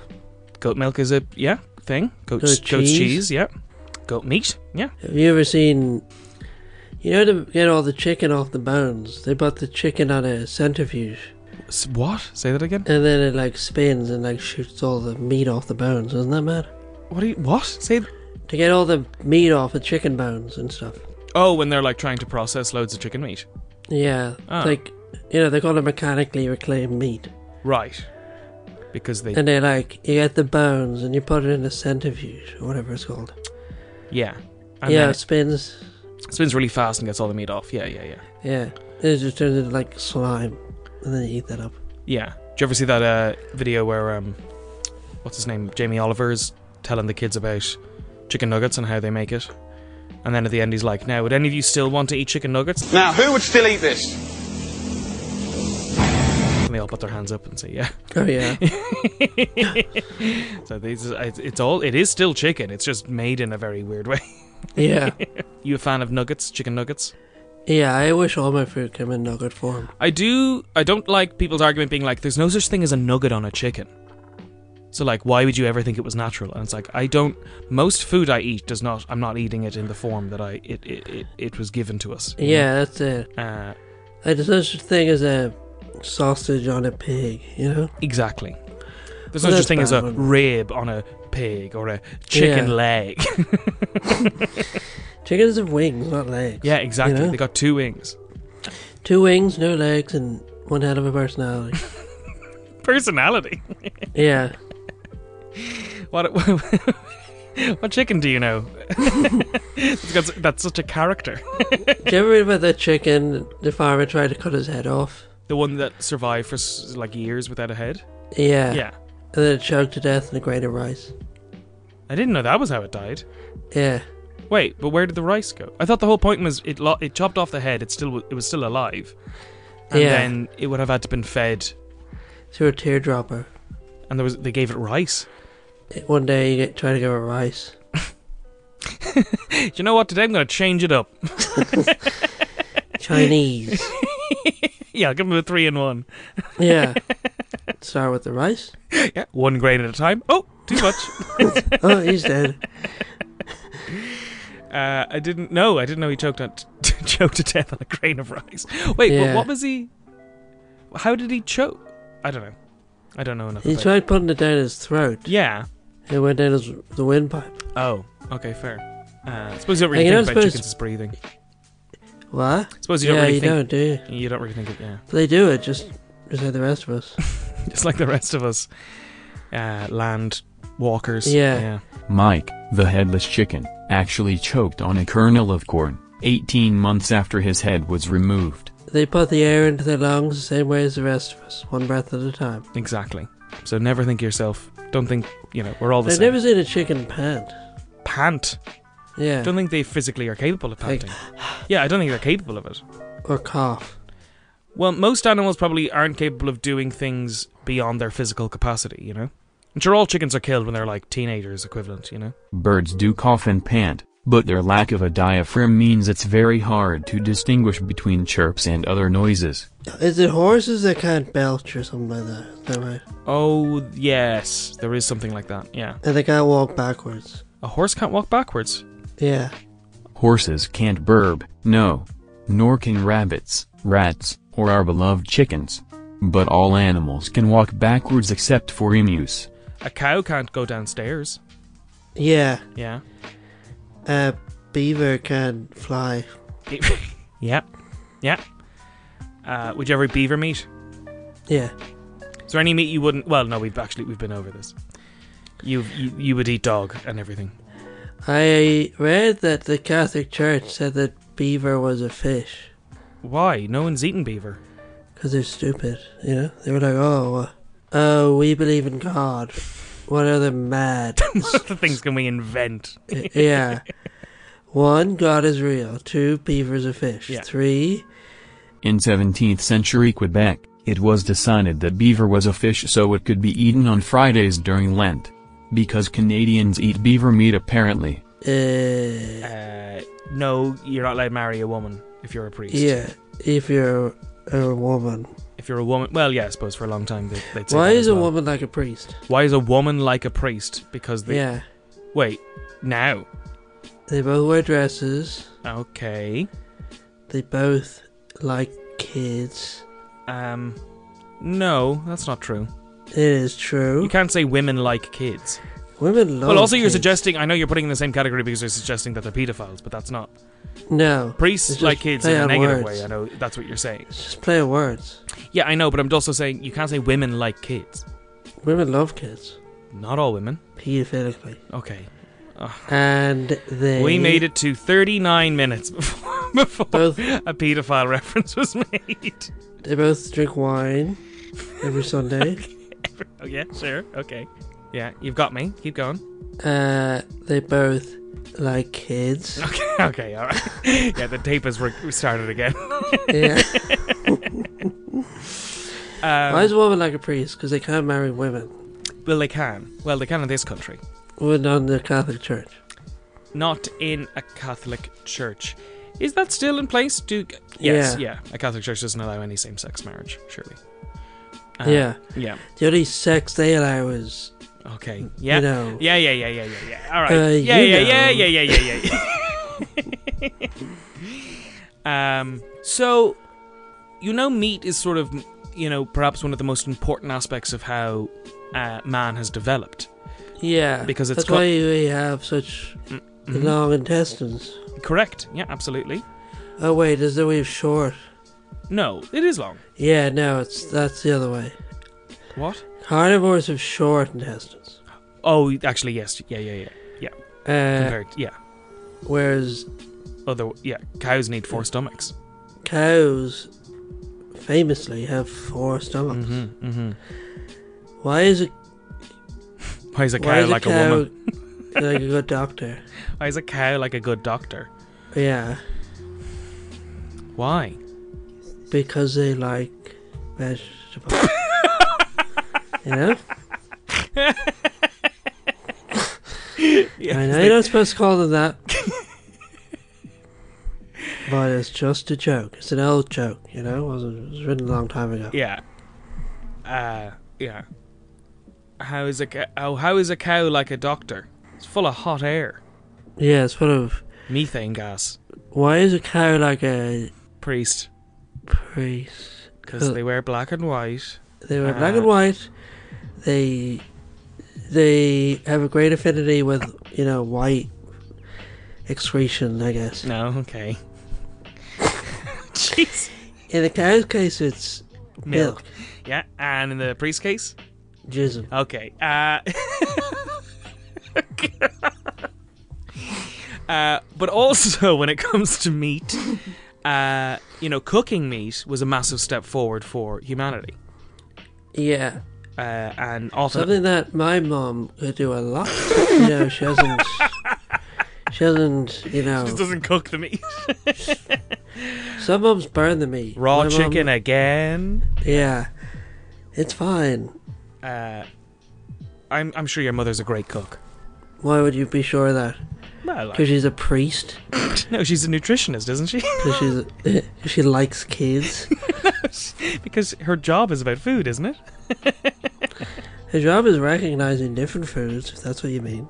[SPEAKER 2] Goat milk is a yeah thing. Goat,
[SPEAKER 4] Goat
[SPEAKER 2] goat's
[SPEAKER 4] cheese.
[SPEAKER 2] cheese, yeah. Goat meat, yeah.
[SPEAKER 4] Have you ever seen? You know to get all the chicken off the bones, they put the chicken on a centrifuge,
[SPEAKER 2] S- what? Say that again.
[SPEAKER 4] and then it like spins and like shoots all the meat off the bones. Isn't that mad?
[SPEAKER 2] What? Are you, what? Say. th-
[SPEAKER 4] To get all the meat off the chicken bones and stuff.
[SPEAKER 2] Oh, when they're like trying to process loads of chicken meat.
[SPEAKER 4] Yeah,
[SPEAKER 2] Ah.
[SPEAKER 4] like you know they call it mechanically reclaimed meat,
[SPEAKER 2] Right. Because they
[SPEAKER 4] and they like you get the bones and you put it in a centrifuge or whatever it's called.
[SPEAKER 2] yeah. And
[SPEAKER 4] yeah,
[SPEAKER 2] then
[SPEAKER 4] it spins.
[SPEAKER 2] it spins really fast and gets all the meat off. Yeah, yeah, yeah.
[SPEAKER 4] Yeah, it just turns into like slime, and then you eat that up.
[SPEAKER 2] Yeah. Do you ever see that uh, video where um, what's his name, Jamie Oliver's telling the kids about chicken nuggets and how they make it, and then at the end he's like, "Now, would any of you still want to eat chicken nuggets?"
[SPEAKER 6] Now, who would still eat this?
[SPEAKER 2] And they all put their hands up and say, "Yeah."
[SPEAKER 4] Oh yeah,
[SPEAKER 2] So these, it's it's all, it is still chicken. It's just made in a very weird way.
[SPEAKER 4] yeah,
[SPEAKER 2] You a fan of nuggets, chicken nuggets?
[SPEAKER 4] yeah. I wish all my food came in nugget form.
[SPEAKER 2] I do. I don't like people's argument being like, "There's no such thing as a nugget on a chicken." So like, why would you ever think it was natural? And it's like, I don't. Most food I eat does not. I'm not eating it in the form that I it it, it, it was given to us. you
[SPEAKER 4] Yeah, that's it.
[SPEAKER 2] know? Uh,
[SPEAKER 4] Like, there's no such thing as a sausage on a pig, you know?
[SPEAKER 2] exactly. There's
[SPEAKER 4] Well,
[SPEAKER 2] no such
[SPEAKER 4] that's
[SPEAKER 2] thing as a
[SPEAKER 4] bad, wouldn't
[SPEAKER 2] rib on a pig or a chicken
[SPEAKER 4] Yeah.
[SPEAKER 2] leg.
[SPEAKER 4] Chickens have wings, not legs.
[SPEAKER 2] yeah, exactly.
[SPEAKER 4] You know?
[SPEAKER 2] They got two wings.
[SPEAKER 4] Two wings, no legs, and one head of a personality.
[SPEAKER 2] Personality.
[SPEAKER 4] yeah.
[SPEAKER 2] What what, chicken do you know? It's got s- that's such a character.
[SPEAKER 4] Did you ever read about that chicken? The farmer tried to cut his head off.
[SPEAKER 2] The one that survived for s- like years without a head.
[SPEAKER 4] Yeah.
[SPEAKER 2] Yeah.
[SPEAKER 4] And then it choked to death in a grain of rice.
[SPEAKER 2] I didn't know that was how it died.
[SPEAKER 4] Yeah.
[SPEAKER 2] Wait, but where did the rice go? I thought the whole point was it lo- it chopped off the head. It still w- it was still alive. and
[SPEAKER 4] Yeah.
[SPEAKER 2] then it would have had to been fed.
[SPEAKER 4] through a teardropper.
[SPEAKER 2] And there was they gave it rice.
[SPEAKER 4] One day you get try to give it rice.
[SPEAKER 2] Do you know what? Today I'm going to change it up.
[SPEAKER 4] Chinese.
[SPEAKER 2] yeah, I'll give them a three in one.
[SPEAKER 4] yeah. Start with the rice.
[SPEAKER 2] Yeah, one grain at a time. Oh, too much.
[SPEAKER 4] Oh, he's dead.
[SPEAKER 2] uh, I didn't know. I didn't know he choked on choked to death on a grain of rice. Wait,
[SPEAKER 4] Yeah.
[SPEAKER 2] but what was he? How did he choke? I don't know. I don't know enough.
[SPEAKER 4] He
[SPEAKER 2] about
[SPEAKER 4] tried putting it down his throat.
[SPEAKER 2] Yeah.
[SPEAKER 4] It went down his the windpipe.
[SPEAKER 2] Oh. Okay. Fair. Uh, I suppose you don't
[SPEAKER 4] Like,
[SPEAKER 2] really
[SPEAKER 4] you
[SPEAKER 2] think
[SPEAKER 4] don't
[SPEAKER 2] about
[SPEAKER 4] suppose-
[SPEAKER 2] chickens as breathing.
[SPEAKER 4] What?
[SPEAKER 2] I suppose you
[SPEAKER 4] yeah,
[SPEAKER 2] don't really
[SPEAKER 4] you
[SPEAKER 2] think.
[SPEAKER 4] don't, do you?
[SPEAKER 2] You don't really think it. Yeah.
[SPEAKER 4] They do it just just like the rest of us.
[SPEAKER 2] Just like the rest of us, uh, land walkers.
[SPEAKER 4] Yeah.
[SPEAKER 2] Yeah.
[SPEAKER 1] Mike, the headless chicken, actually choked on a kernel of corn, 18 months after his head was removed.
[SPEAKER 4] They put the air into their lungs the same way as the rest of us, one breath at a time.
[SPEAKER 2] Exactly. So never think of yourself. Don't think. You know, we're all the
[SPEAKER 4] I've
[SPEAKER 2] same.
[SPEAKER 4] never seen a chicken pant.
[SPEAKER 2] Pant.
[SPEAKER 4] Yeah.
[SPEAKER 2] Don't think they physically are capable of
[SPEAKER 4] Like-
[SPEAKER 2] panting. yeah, I don't think they're capable of it.
[SPEAKER 4] or cough.
[SPEAKER 2] Well, most animals probably aren't capable of doing things beyond their physical capacity, you know? I'm sure all chickens are killed when they're like teenagers equivalent, you know?
[SPEAKER 1] Birds do cough and pant, but their lack of a diaphragm means it's very hard to distinguish between chirps and other noises.
[SPEAKER 4] Is it horses that can't belch or something like that? Is that right?
[SPEAKER 2] Oh, yes, there is something like that, yeah.
[SPEAKER 4] And they can't walk backwards.
[SPEAKER 2] A horse can't walk backwards.
[SPEAKER 4] Yeah.
[SPEAKER 1] Horses can't burb, no. Nor can rabbits, rats, or our beloved chickens. But all animals can walk backwards except for emus.
[SPEAKER 2] A cow can't go downstairs,
[SPEAKER 4] Yeah.
[SPEAKER 2] yeah.
[SPEAKER 4] A beaver can fly.
[SPEAKER 2] yeah, yeah. Uh, would you ever eat beaver meat?
[SPEAKER 4] Yeah.
[SPEAKER 2] Is there any meat you wouldn't? Well, no, we've actually we've been over this. You've, you you would eat dog and everything.
[SPEAKER 4] I read that the Catholic Church said that beaver was a fish.
[SPEAKER 2] Why? No one's eaten beaver.
[SPEAKER 4] Because they're stupid, you know? They were like, oh, uh, oh, we believe in God. What other mad?
[SPEAKER 2] what other things can we invent?
[SPEAKER 4] yeah. One, God is real. Two, beavers are fish.
[SPEAKER 2] Yeah.
[SPEAKER 4] Three,
[SPEAKER 1] In 17th century Quebec, it was decided that beaver was a fish so it could be eaten on Fridays during Lent. Because Canadians eat beaver meat apparently.
[SPEAKER 4] uh,
[SPEAKER 2] Uh, no, you're not allowed to marry a woman if you're a priest.
[SPEAKER 4] yeah, if you're a woman.
[SPEAKER 2] If you're a woman, well, yeah, I suppose for a long time they, they'd say
[SPEAKER 4] Why
[SPEAKER 2] that
[SPEAKER 4] is
[SPEAKER 2] as
[SPEAKER 4] a
[SPEAKER 2] well.
[SPEAKER 4] woman like a priest?
[SPEAKER 2] Why is a woman like a priest? Because they
[SPEAKER 4] Yeah.
[SPEAKER 2] wait now.
[SPEAKER 4] They both wear dresses.
[SPEAKER 2] Okay.
[SPEAKER 4] They both like kids.
[SPEAKER 2] Um, no, that's not true.
[SPEAKER 4] It is true.
[SPEAKER 2] You can't say women like kids.
[SPEAKER 4] Women love
[SPEAKER 2] well, also you're
[SPEAKER 4] kids.
[SPEAKER 2] suggesting. I know you're putting in the same category because you're suggesting that they're pedophiles, but that's not
[SPEAKER 4] No. It's
[SPEAKER 2] priests
[SPEAKER 4] just
[SPEAKER 2] like kids in
[SPEAKER 4] play
[SPEAKER 2] a
[SPEAKER 4] on
[SPEAKER 2] negative
[SPEAKER 4] words.
[SPEAKER 2] way. I know that's what you're saying.
[SPEAKER 4] It's just play on words.
[SPEAKER 2] Yeah, I know, but I'm also saying you can't say women like kids.
[SPEAKER 4] Women love kids.
[SPEAKER 2] Not all women.
[SPEAKER 4] Pedophilically.
[SPEAKER 2] Okay.
[SPEAKER 4] And they.
[SPEAKER 2] We made it to 39 minutes before, before
[SPEAKER 4] Both-
[SPEAKER 2] a paedophile reference was made.
[SPEAKER 4] They both drink wine every Sunday.
[SPEAKER 2] Oh, yeah, sure. Okay. Yeah, you've got me. Keep going.
[SPEAKER 4] Uh, they both like kids.
[SPEAKER 2] Okay, okay all right. Yeah, the tape has re- started again.
[SPEAKER 4] yeah. Why
[SPEAKER 2] Um,
[SPEAKER 4] is a woman like a priest? Because they can't marry women.
[SPEAKER 2] well, they can. Well, they can in this country.
[SPEAKER 4] We're not in the Catholic Church.
[SPEAKER 2] Not in a Catholic church. Is that still in place? Do Yes, yeah. A Catholic church doesn't allow any same sex marriage, surely. Uh,
[SPEAKER 4] yeah.
[SPEAKER 2] Yeah.
[SPEAKER 4] The only sex they allow is,
[SPEAKER 2] Okay. Yeah.
[SPEAKER 4] you know,
[SPEAKER 2] Yeah, yeah, yeah, yeah, yeah, yeah. All right.
[SPEAKER 4] Uh,
[SPEAKER 2] yeah,
[SPEAKER 4] you
[SPEAKER 2] yeah,
[SPEAKER 4] know.
[SPEAKER 2] yeah, yeah, yeah, yeah, yeah. um, so, you know, meat is sort of, you know, perhaps one of the most important aspects of how uh, man has developed.
[SPEAKER 4] yeah.
[SPEAKER 2] Because it's Mm-hmm.
[SPEAKER 4] that's
[SPEAKER 2] got-
[SPEAKER 4] why we have such long intestines.
[SPEAKER 2] Correct. Yeah, absolutely.
[SPEAKER 4] Oh wait, is the way short?
[SPEAKER 2] No, it is long.
[SPEAKER 4] Yeah, no, it's that's the other way.
[SPEAKER 2] What?
[SPEAKER 4] Carnivores have short intestines,
[SPEAKER 2] Oh, actually, yes. Yeah, yeah, yeah.
[SPEAKER 4] uh,
[SPEAKER 2] Compared, yeah.
[SPEAKER 4] whereas
[SPEAKER 2] Other, yeah. Cows need four stomachs.
[SPEAKER 4] cows famously have four stomachs.
[SPEAKER 2] Mm-hmm. Mm-hmm.
[SPEAKER 4] Why is it?
[SPEAKER 2] Why is a
[SPEAKER 4] Why
[SPEAKER 2] cow
[SPEAKER 4] is
[SPEAKER 2] like
[SPEAKER 4] a
[SPEAKER 2] a,
[SPEAKER 4] cow
[SPEAKER 2] woman?
[SPEAKER 4] like a good doctor?
[SPEAKER 2] Why is a cow like a good doctor?
[SPEAKER 4] Yeah,
[SPEAKER 2] Why?
[SPEAKER 4] because they like vegetables. you know?
[SPEAKER 2] Yeah,
[SPEAKER 4] I know you're not supposed to call them that. but it's just a joke. It's an old joke, you know? It was, it was written a long time ago.
[SPEAKER 2] Yeah. Uh, yeah. How is a cow, oh, how is a cow like a doctor? It's full of hot air,
[SPEAKER 4] Yeah, it's full of.
[SPEAKER 2] methane gas.
[SPEAKER 4] Why is a cow like a
[SPEAKER 2] Priest,
[SPEAKER 4] priest?
[SPEAKER 2] because
[SPEAKER 4] Uh,
[SPEAKER 2] they wear black and white.
[SPEAKER 4] They were
[SPEAKER 2] Uh,
[SPEAKER 4] black and white. They they have a great affinity with you know white excretion, I guess.
[SPEAKER 2] No, okay. Jeez.
[SPEAKER 4] In the cow's case, it's milk,
[SPEAKER 2] Yeah, and in the priest case,
[SPEAKER 4] jism.
[SPEAKER 2] okay. Uh, uh, but also when it comes to meat, uh, you know, cooking meat was a massive step forward for humanity,
[SPEAKER 4] Yeah,
[SPEAKER 2] uh, and often
[SPEAKER 4] something that my mom could do a lot. you know, she hasn't. She hasn't, you know.
[SPEAKER 2] just doesn't cook the meat.
[SPEAKER 4] Some moms burn the meat.
[SPEAKER 2] Raw
[SPEAKER 4] My mom-
[SPEAKER 2] chicken again.
[SPEAKER 4] yeah, it's fine.
[SPEAKER 2] Uh, I'm I'm sure your mother's a great cook.
[SPEAKER 4] Why would you be sure of that?
[SPEAKER 2] Well,
[SPEAKER 4] Because she's a priest.
[SPEAKER 2] no, she's a nutritionist, isn't she?
[SPEAKER 4] Because she's a, 'cause she likes kids.
[SPEAKER 2] because her job is about food, isn't it?
[SPEAKER 4] Her job is recognizing different foods, if that's what you mean.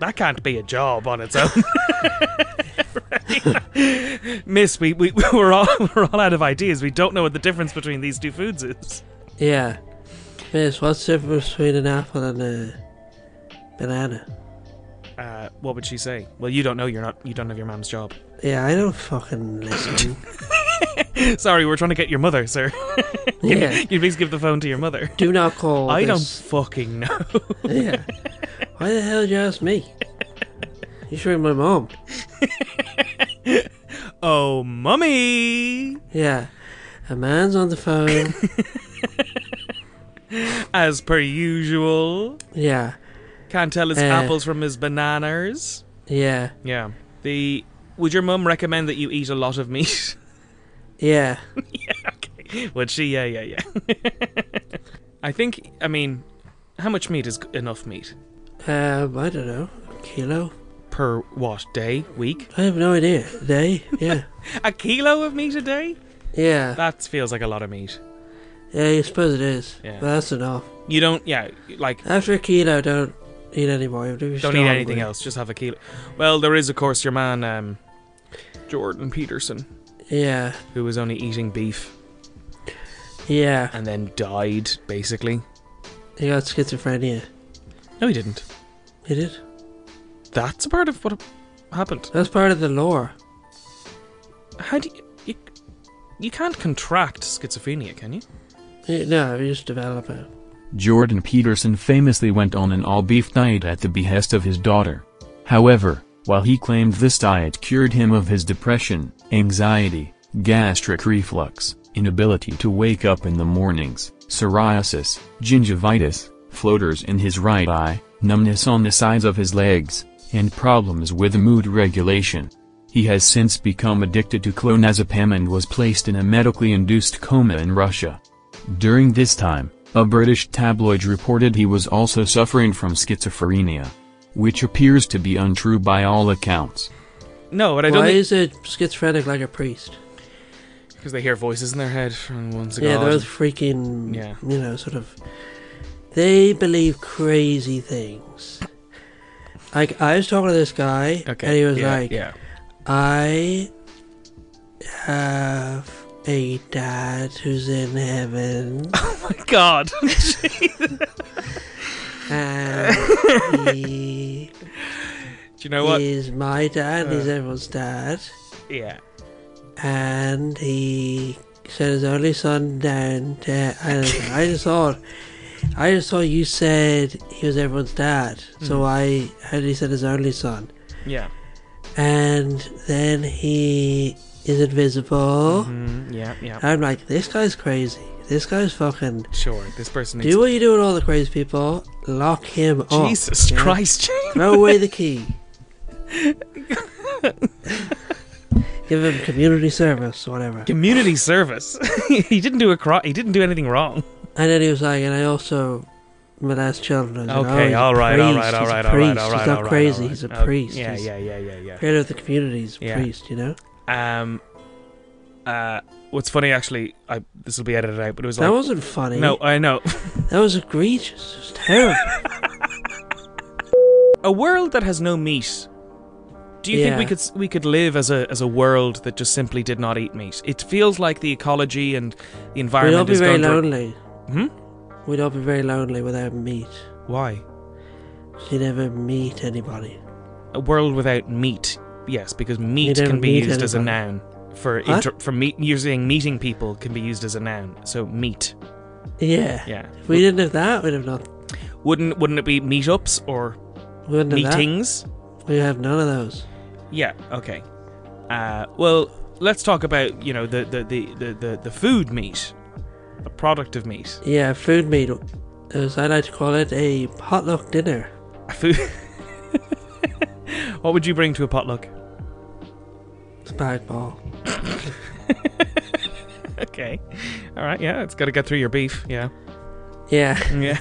[SPEAKER 2] That can't be a job on its own. Right. Miss, we, we we're all we're all out of ideas. We don't know what the difference between these two foods is.
[SPEAKER 4] Yeah. Miss, what's the difference between an apple and a banana?
[SPEAKER 2] Uh, what would she say? Well, you don't know. You're not. You don't have your mom's job.
[SPEAKER 4] Yeah, I don't fucking listen.
[SPEAKER 2] Sorry, we're trying to get your mother, sir.
[SPEAKER 4] yeah.
[SPEAKER 2] you please give the phone to your mother.
[SPEAKER 4] Do not call.
[SPEAKER 2] I don't
[SPEAKER 4] this-
[SPEAKER 2] fucking know.
[SPEAKER 4] Yeah. Why the hell did you ask me? You should ring my mom.
[SPEAKER 2] Oh, mummy!
[SPEAKER 4] Yeah. A man's on the phone.
[SPEAKER 2] As per usual.
[SPEAKER 4] Yeah.
[SPEAKER 2] Can't tell his
[SPEAKER 4] Uh,
[SPEAKER 2] apples from his bananas.
[SPEAKER 4] Yeah.
[SPEAKER 2] Yeah. The would your mum recommend that you eat a lot of meat?
[SPEAKER 4] Yeah.
[SPEAKER 2] would she? Yeah, yeah, yeah. I think. I mean, how much meat is g- enough meat
[SPEAKER 4] Um, I don't know. Kilo?
[SPEAKER 2] per what day, week?
[SPEAKER 4] I have no idea. Day? Yeah.
[SPEAKER 2] A kilo of meat a day?
[SPEAKER 4] Yeah.
[SPEAKER 2] That feels like a lot of meat.
[SPEAKER 4] Yeah, I suppose it is.
[SPEAKER 2] Yeah.
[SPEAKER 4] But that's enough.
[SPEAKER 2] You don't. Yeah, like
[SPEAKER 4] After keto, don't eat anymore. Don't eat
[SPEAKER 2] don't eat anything else. Just have a kilo. Well, there is of course your man, um, Jordan Peterson,
[SPEAKER 4] Yeah,
[SPEAKER 2] who was only eating beef
[SPEAKER 4] yeah.
[SPEAKER 2] and then died basically.
[SPEAKER 4] He got schizophrenia.
[SPEAKER 2] No, he didn't.
[SPEAKER 4] He did.
[SPEAKER 2] That's a part of what happened.
[SPEAKER 4] That's part of the lore.
[SPEAKER 2] How do you, you you can't contract schizophrenia, can you?
[SPEAKER 4] Eh, No, he just developed it.
[SPEAKER 1] Jordan Peterson famously went on an all beef diet at the behest of his daughter. However, while he claimed this diet cured him of his depression, anxiety, gastric reflux, inability to wake up in the mornings, psoriasis, gingivitis, floaters in his right eye, numbness on the sides of his legs, and problems with mood regulation. He has since become addicted to clonazepam and was placed in a medically induced coma in Russia. During this time, a British tabloid reported he was also suffering from schizophrenia, which appears to be untrue by all accounts.
[SPEAKER 2] No, but I don't
[SPEAKER 4] Why
[SPEAKER 2] think
[SPEAKER 4] is it schizophrenic like a priest?
[SPEAKER 2] because they hear voices in their head from once ago.
[SPEAKER 4] Yeah, those freaking,
[SPEAKER 2] Yeah.
[SPEAKER 4] you know, sort of. They believe crazy things. Like, I was talking to this guy,
[SPEAKER 2] okay.
[SPEAKER 4] and he was
[SPEAKER 2] yeah,
[SPEAKER 4] like,
[SPEAKER 2] yeah.
[SPEAKER 4] I have a dad who's in heaven.
[SPEAKER 2] My God,
[SPEAKER 4] and he
[SPEAKER 2] do you know what? Uh.
[SPEAKER 4] is my dad. he's everyone's dad,
[SPEAKER 2] Yeah,
[SPEAKER 4] and he sent his only son down to. I, don't know, I just thought, I just thought you said he was everyone's dad, so
[SPEAKER 2] Hmm.
[SPEAKER 4] I had he said his only son,
[SPEAKER 2] yeah,
[SPEAKER 4] and then he is invisible.
[SPEAKER 2] mm, yeah, yeah.
[SPEAKER 4] I'm like, this guy's crazy. This guy's fucking.
[SPEAKER 2] sure, this person needs.
[SPEAKER 4] Do Oh, what you do with all the crazy people. Lock him up.
[SPEAKER 2] Jesus
[SPEAKER 4] okay?
[SPEAKER 2] Christ, James.
[SPEAKER 4] Throw away the key. Give him community service, whatever.
[SPEAKER 2] Community service. he didn't do a cro- He didn't do anything wrong.
[SPEAKER 4] And then he was like, and I also molest children. I was like,
[SPEAKER 2] Okay,
[SPEAKER 4] oh,
[SPEAKER 2] all
[SPEAKER 4] he's a
[SPEAKER 2] right, all right,
[SPEAKER 4] priest,
[SPEAKER 2] all right, all right,
[SPEAKER 4] he's a priest,
[SPEAKER 2] all right.
[SPEAKER 4] He's not
[SPEAKER 2] all right,
[SPEAKER 4] crazy.
[SPEAKER 2] all
[SPEAKER 4] He's a
[SPEAKER 2] right. Oh,
[SPEAKER 4] priest.
[SPEAKER 2] Yeah,
[SPEAKER 4] he's
[SPEAKER 2] yeah, yeah, yeah,
[SPEAKER 4] Creator of the community. He's a
[SPEAKER 2] Yeah.
[SPEAKER 4] priest. You know.
[SPEAKER 2] yeah. Um, uh, what's funny actually, I this will be edited out, but it was
[SPEAKER 4] That
[SPEAKER 2] like,
[SPEAKER 4] wasn't funny.
[SPEAKER 2] no, I know,
[SPEAKER 4] that was egregious. It was terrible.
[SPEAKER 2] a world that has no meat. Do you think we
[SPEAKER 4] Yeah.
[SPEAKER 2] could s- we could live as a as a world that just simply did not eat meat? It feels like the ecology and the
[SPEAKER 4] We'd all
[SPEAKER 2] environment
[SPEAKER 4] be
[SPEAKER 2] is
[SPEAKER 4] very
[SPEAKER 2] going to-
[SPEAKER 4] lonely.
[SPEAKER 2] Hmm?
[SPEAKER 4] We'd all be very lonely without meat.
[SPEAKER 2] Why?
[SPEAKER 4] You never meet anybody.
[SPEAKER 2] a world without meat. Yes, because meat
[SPEAKER 4] don't
[SPEAKER 2] can be
[SPEAKER 4] meet
[SPEAKER 2] used as a
[SPEAKER 4] anybody.
[SPEAKER 2] noun for
[SPEAKER 4] What?
[SPEAKER 2] inter- for meet using meeting people can be used as a noun. So meat.
[SPEAKER 4] Yeah.
[SPEAKER 2] Yeah.
[SPEAKER 4] If we didn't have that, we'd have not.
[SPEAKER 2] Wouldn't wouldn't it be meetups or
[SPEAKER 4] We wouldn't have
[SPEAKER 2] meetings?
[SPEAKER 4] that. We have none of those.
[SPEAKER 2] Yeah. Okay. Uh, well, let's talk about you know the the the the, the, the food meat, the product of meat,
[SPEAKER 4] Yeah, food meat, as I like to call it, a potluck dinner.
[SPEAKER 2] food. what would you bring to a potluck?
[SPEAKER 4] Spag ball.
[SPEAKER 2] Okay. All right. Yeah, it's got to get through your beef. Yeah.
[SPEAKER 4] Yeah.
[SPEAKER 2] Yeah.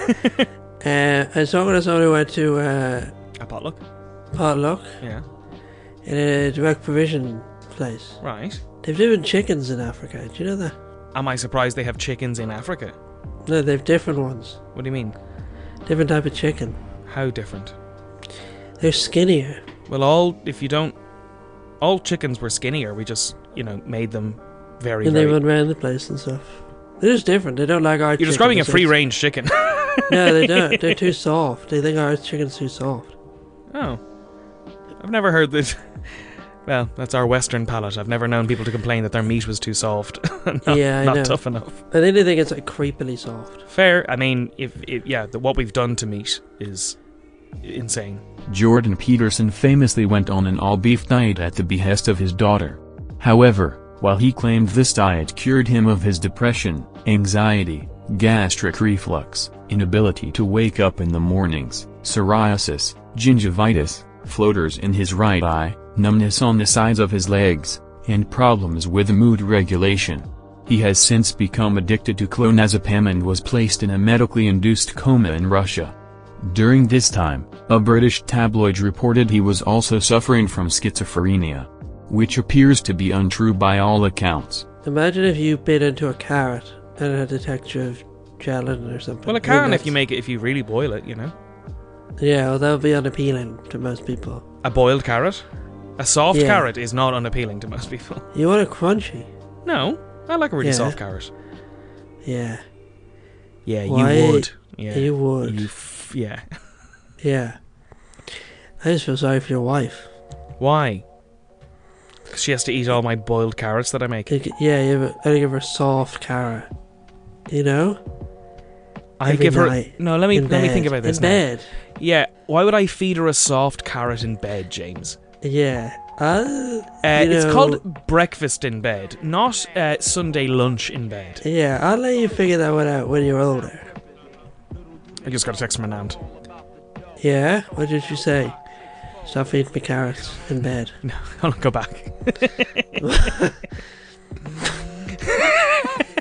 [SPEAKER 4] Uh, I was talking to someone who went to uh,
[SPEAKER 2] a potluck.
[SPEAKER 4] potluck
[SPEAKER 2] Yeah.
[SPEAKER 4] in a direct provision place.
[SPEAKER 2] Right.
[SPEAKER 4] They've different chickens in Africa. Do you know that?
[SPEAKER 2] Am I surprised they have chickens in Africa?
[SPEAKER 4] No, they've different ones.
[SPEAKER 2] What do you mean?
[SPEAKER 4] Different type of chicken.
[SPEAKER 2] How different?
[SPEAKER 4] They're skinnier.
[SPEAKER 2] Well, all if you don't, all chickens were skinnier. We just, you know, made them very.
[SPEAKER 4] and
[SPEAKER 2] very
[SPEAKER 4] they run around the place and stuff. They're just different. They don't like our
[SPEAKER 2] You're describing a
[SPEAKER 4] chicken, so
[SPEAKER 2] free
[SPEAKER 4] it's-
[SPEAKER 2] range chicken.
[SPEAKER 4] No, they don't. They're too soft. They think our chicken's too soft.
[SPEAKER 2] oh, I've never heard this. Well, that's our Western palate. I've never known people to complain that their meat was too soft, not,
[SPEAKER 4] Yeah, I
[SPEAKER 2] not
[SPEAKER 4] know.
[SPEAKER 2] tough enough.
[SPEAKER 4] I think they think it's like creepily soft.
[SPEAKER 2] Fair. I mean, if, if yeah, the, what we've done to meat is insane.
[SPEAKER 1] Jordan Peterson famously went on an all beef diet at the behest of his daughter. However, while he claimed this diet cured him of his depression, anxiety, gastric reflux, inability to wake up in the mornings, psoriasis, gingivitis, floaters in his right eye, numbness on the sides of his legs, and problems with mood regulation. He has since become addicted to clonazepam and was placed in a medically induced coma in Russia. During this time, a British tabloid reported he was also suffering from schizophrenia, which appears to be untrue by all accounts.
[SPEAKER 4] Imagine if you bit into a carrot and it had the texture of gelatin or something.
[SPEAKER 2] Well,
[SPEAKER 4] I
[SPEAKER 2] it
[SPEAKER 4] think
[SPEAKER 2] can if you
[SPEAKER 4] that's-
[SPEAKER 2] make it if you really boil it. You know,
[SPEAKER 4] Yeah, well, that would be unappealing to most people.
[SPEAKER 2] a boiled carrot, a soft
[SPEAKER 4] Yeah.
[SPEAKER 2] carrot is not unappealing to most people.
[SPEAKER 4] You want a crunchy.
[SPEAKER 2] No, I like a really
[SPEAKER 4] Yeah.
[SPEAKER 2] soft carrot.
[SPEAKER 4] Yeah.
[SPEAKER 2] Yeah,
[SPEAKER 4] Why-
[SPEAKER 2] you would. Yeah,
[SPEAKER 4] you would.
[SPEAKER 2] You f- yeah.
[SPEAKER 4] Yeah. I just feel sorry for your wife.
[SPEAKER 2] Why? 'Cause she has to eat all my boiled carrots that I make.
[SPEAKER 4] You g- Yeah, you have a, I give her a soft carrot. You know?
[SPEAKER 2] I
[SPEAKER 4] every
[SPEAKER 2] give her.
[SPEAKER 4] night
[SPEAKER 2] No, let me
[SPEAKER 4] In
[SPEAKER 2] let me think
[SPEAKER 4] bed.
[SPEAKER 2] about this.
[SPEAKER 4] In
[SPEAKER 2] now.
[SPEAKER 4] bed.
[SPEAKER 2] Yeah, why would I feed her a soft carrot in bed, James?
[SPEAKER 4] Yeah. Uh,
[SPEAKER 2] Uh,
[SPEAKER 4] you
[SPEAKER 2] it's
[SPEAKER 4] know,
[SPEAKER 2] called breakfast in bed, not uh, Sunday lunch in bed.
[SPEAKER 4] Yeah, I'll let you figure that one out when you're older.
[SPEAKER 2] I just got a text from my aunt.
[SPEAKER 4] Yeah? What did you say? Stop feeding me carrots in bed.
[SPEAKER 2] No, I'll go back.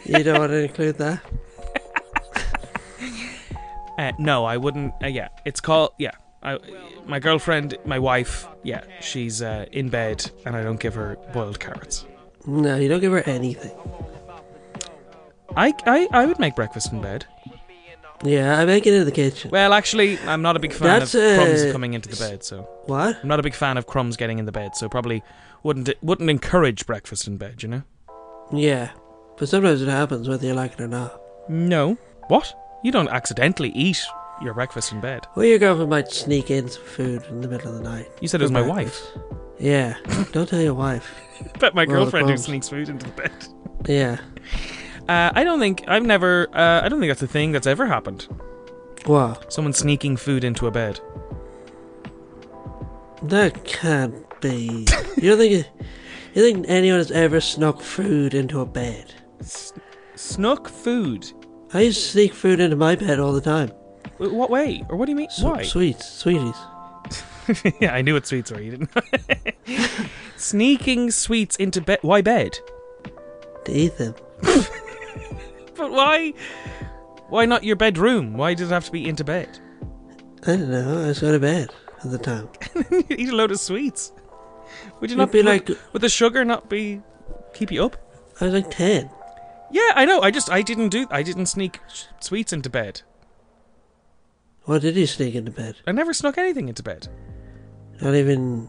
[SPEAKER 4] You don't want to include that?
[SPEAKER 2] Uh, no, I wouldn't. Uh, yeah, it's called. Yeah, I, my girlfriend, my wife. Yeah, she's uh, in bed, and I don't give her boiled carrots.
[SPEAKER 4] No, you don't give her anything.
[SPEAKER 2] I, I, I would make breakfast in bed.
[SPEAKER 4] Yeah, I make it in the kitchen.
[SPEAKER 2] Well, actually, I'm not a big fan
[SPEAKER 4] That's,
[SPEAKER 2] of crumbs
[SPEAKER 4] uh,
[SPEAKER 2] coming into the bed, so
[SPEAKER 4] What?
[SPEAKER 2] I'm not a big fan of crumbs getting in the bed, so probably wouldn't wouldn't encourage breakfast in bed, you know?
[SPEAKER 4] Yeah. But sometimes it happens whether you like it or not.
[SPEAKER 2] No. What? You don't accidentally eat your breakfast in bed.
[SPEAKER 4] Well, your girlfriend might sneak in some food in the middle of the night.
[SPEAKER 2] You said it was
[SPEAKER 4] for
[SPEAKER 2] my
[SPEAKER 4] breakfast. Yeah. don't tell your wife.
[SPEAKER 2] But my
[SPEAKER 4] Well, it
[SPEAKER 2] girlfriend who
[SPEAKER 4] comes.
[SPEAKER 2] sneaks food into the bed.
[SPEAKER 4] Yeah.
[SPEAKER 2] Uh, I don't think I've never. Uh, I don't think that's a thing that's ever happened.
[SPEAKER 4] What?
[SPEAKER 2] Someone sneaking food into a bed.
[SPEAKER 4] That can't be. You don't think you think anyone has ever snuck food into a bed?
[SPEAKER 2] Snuck food.
[SPEAKER 4] I used to sneak food into my bed all the time.
[SPEAKER 2] W- What way? Or what do you mean?
[SPEAKER 4] Su-
[SPEAKER 2] Why?
[SPEAKER 4] Sweets, sweeties.
[SPEAKER 2] yeah, I knew what sweets were. You didn't. Sneaking sweets into bed. Why bed?
[SPEAKER 4] to eat them.
[SPEAKER 2] But why? Why not your bedroom? Why did it have to be into bed?
[SPEAKER 4] I don't know. I was going to bed at the time.
[SPEAKER 2] Eat a load of sweets. Would you
[SPEAKER 4] It'd
[SPEAKER 2] not
[SPEAKER 4] be
[SPEAKER 2] would-
[SPEAKER 4] like
[SPEAKER 2] Would the sugar not be keep you up?
[SPEAKER 4] I was like ten.
[SPEAKER 2] Yeah, I know. I just I didn't do. I didn't sneak s- sweets into bed.
[SPEAKER 4] What did you sneak into bed?
[SPEAKER 2] I never snuck anything into bed
[SPEAKER 4] Not even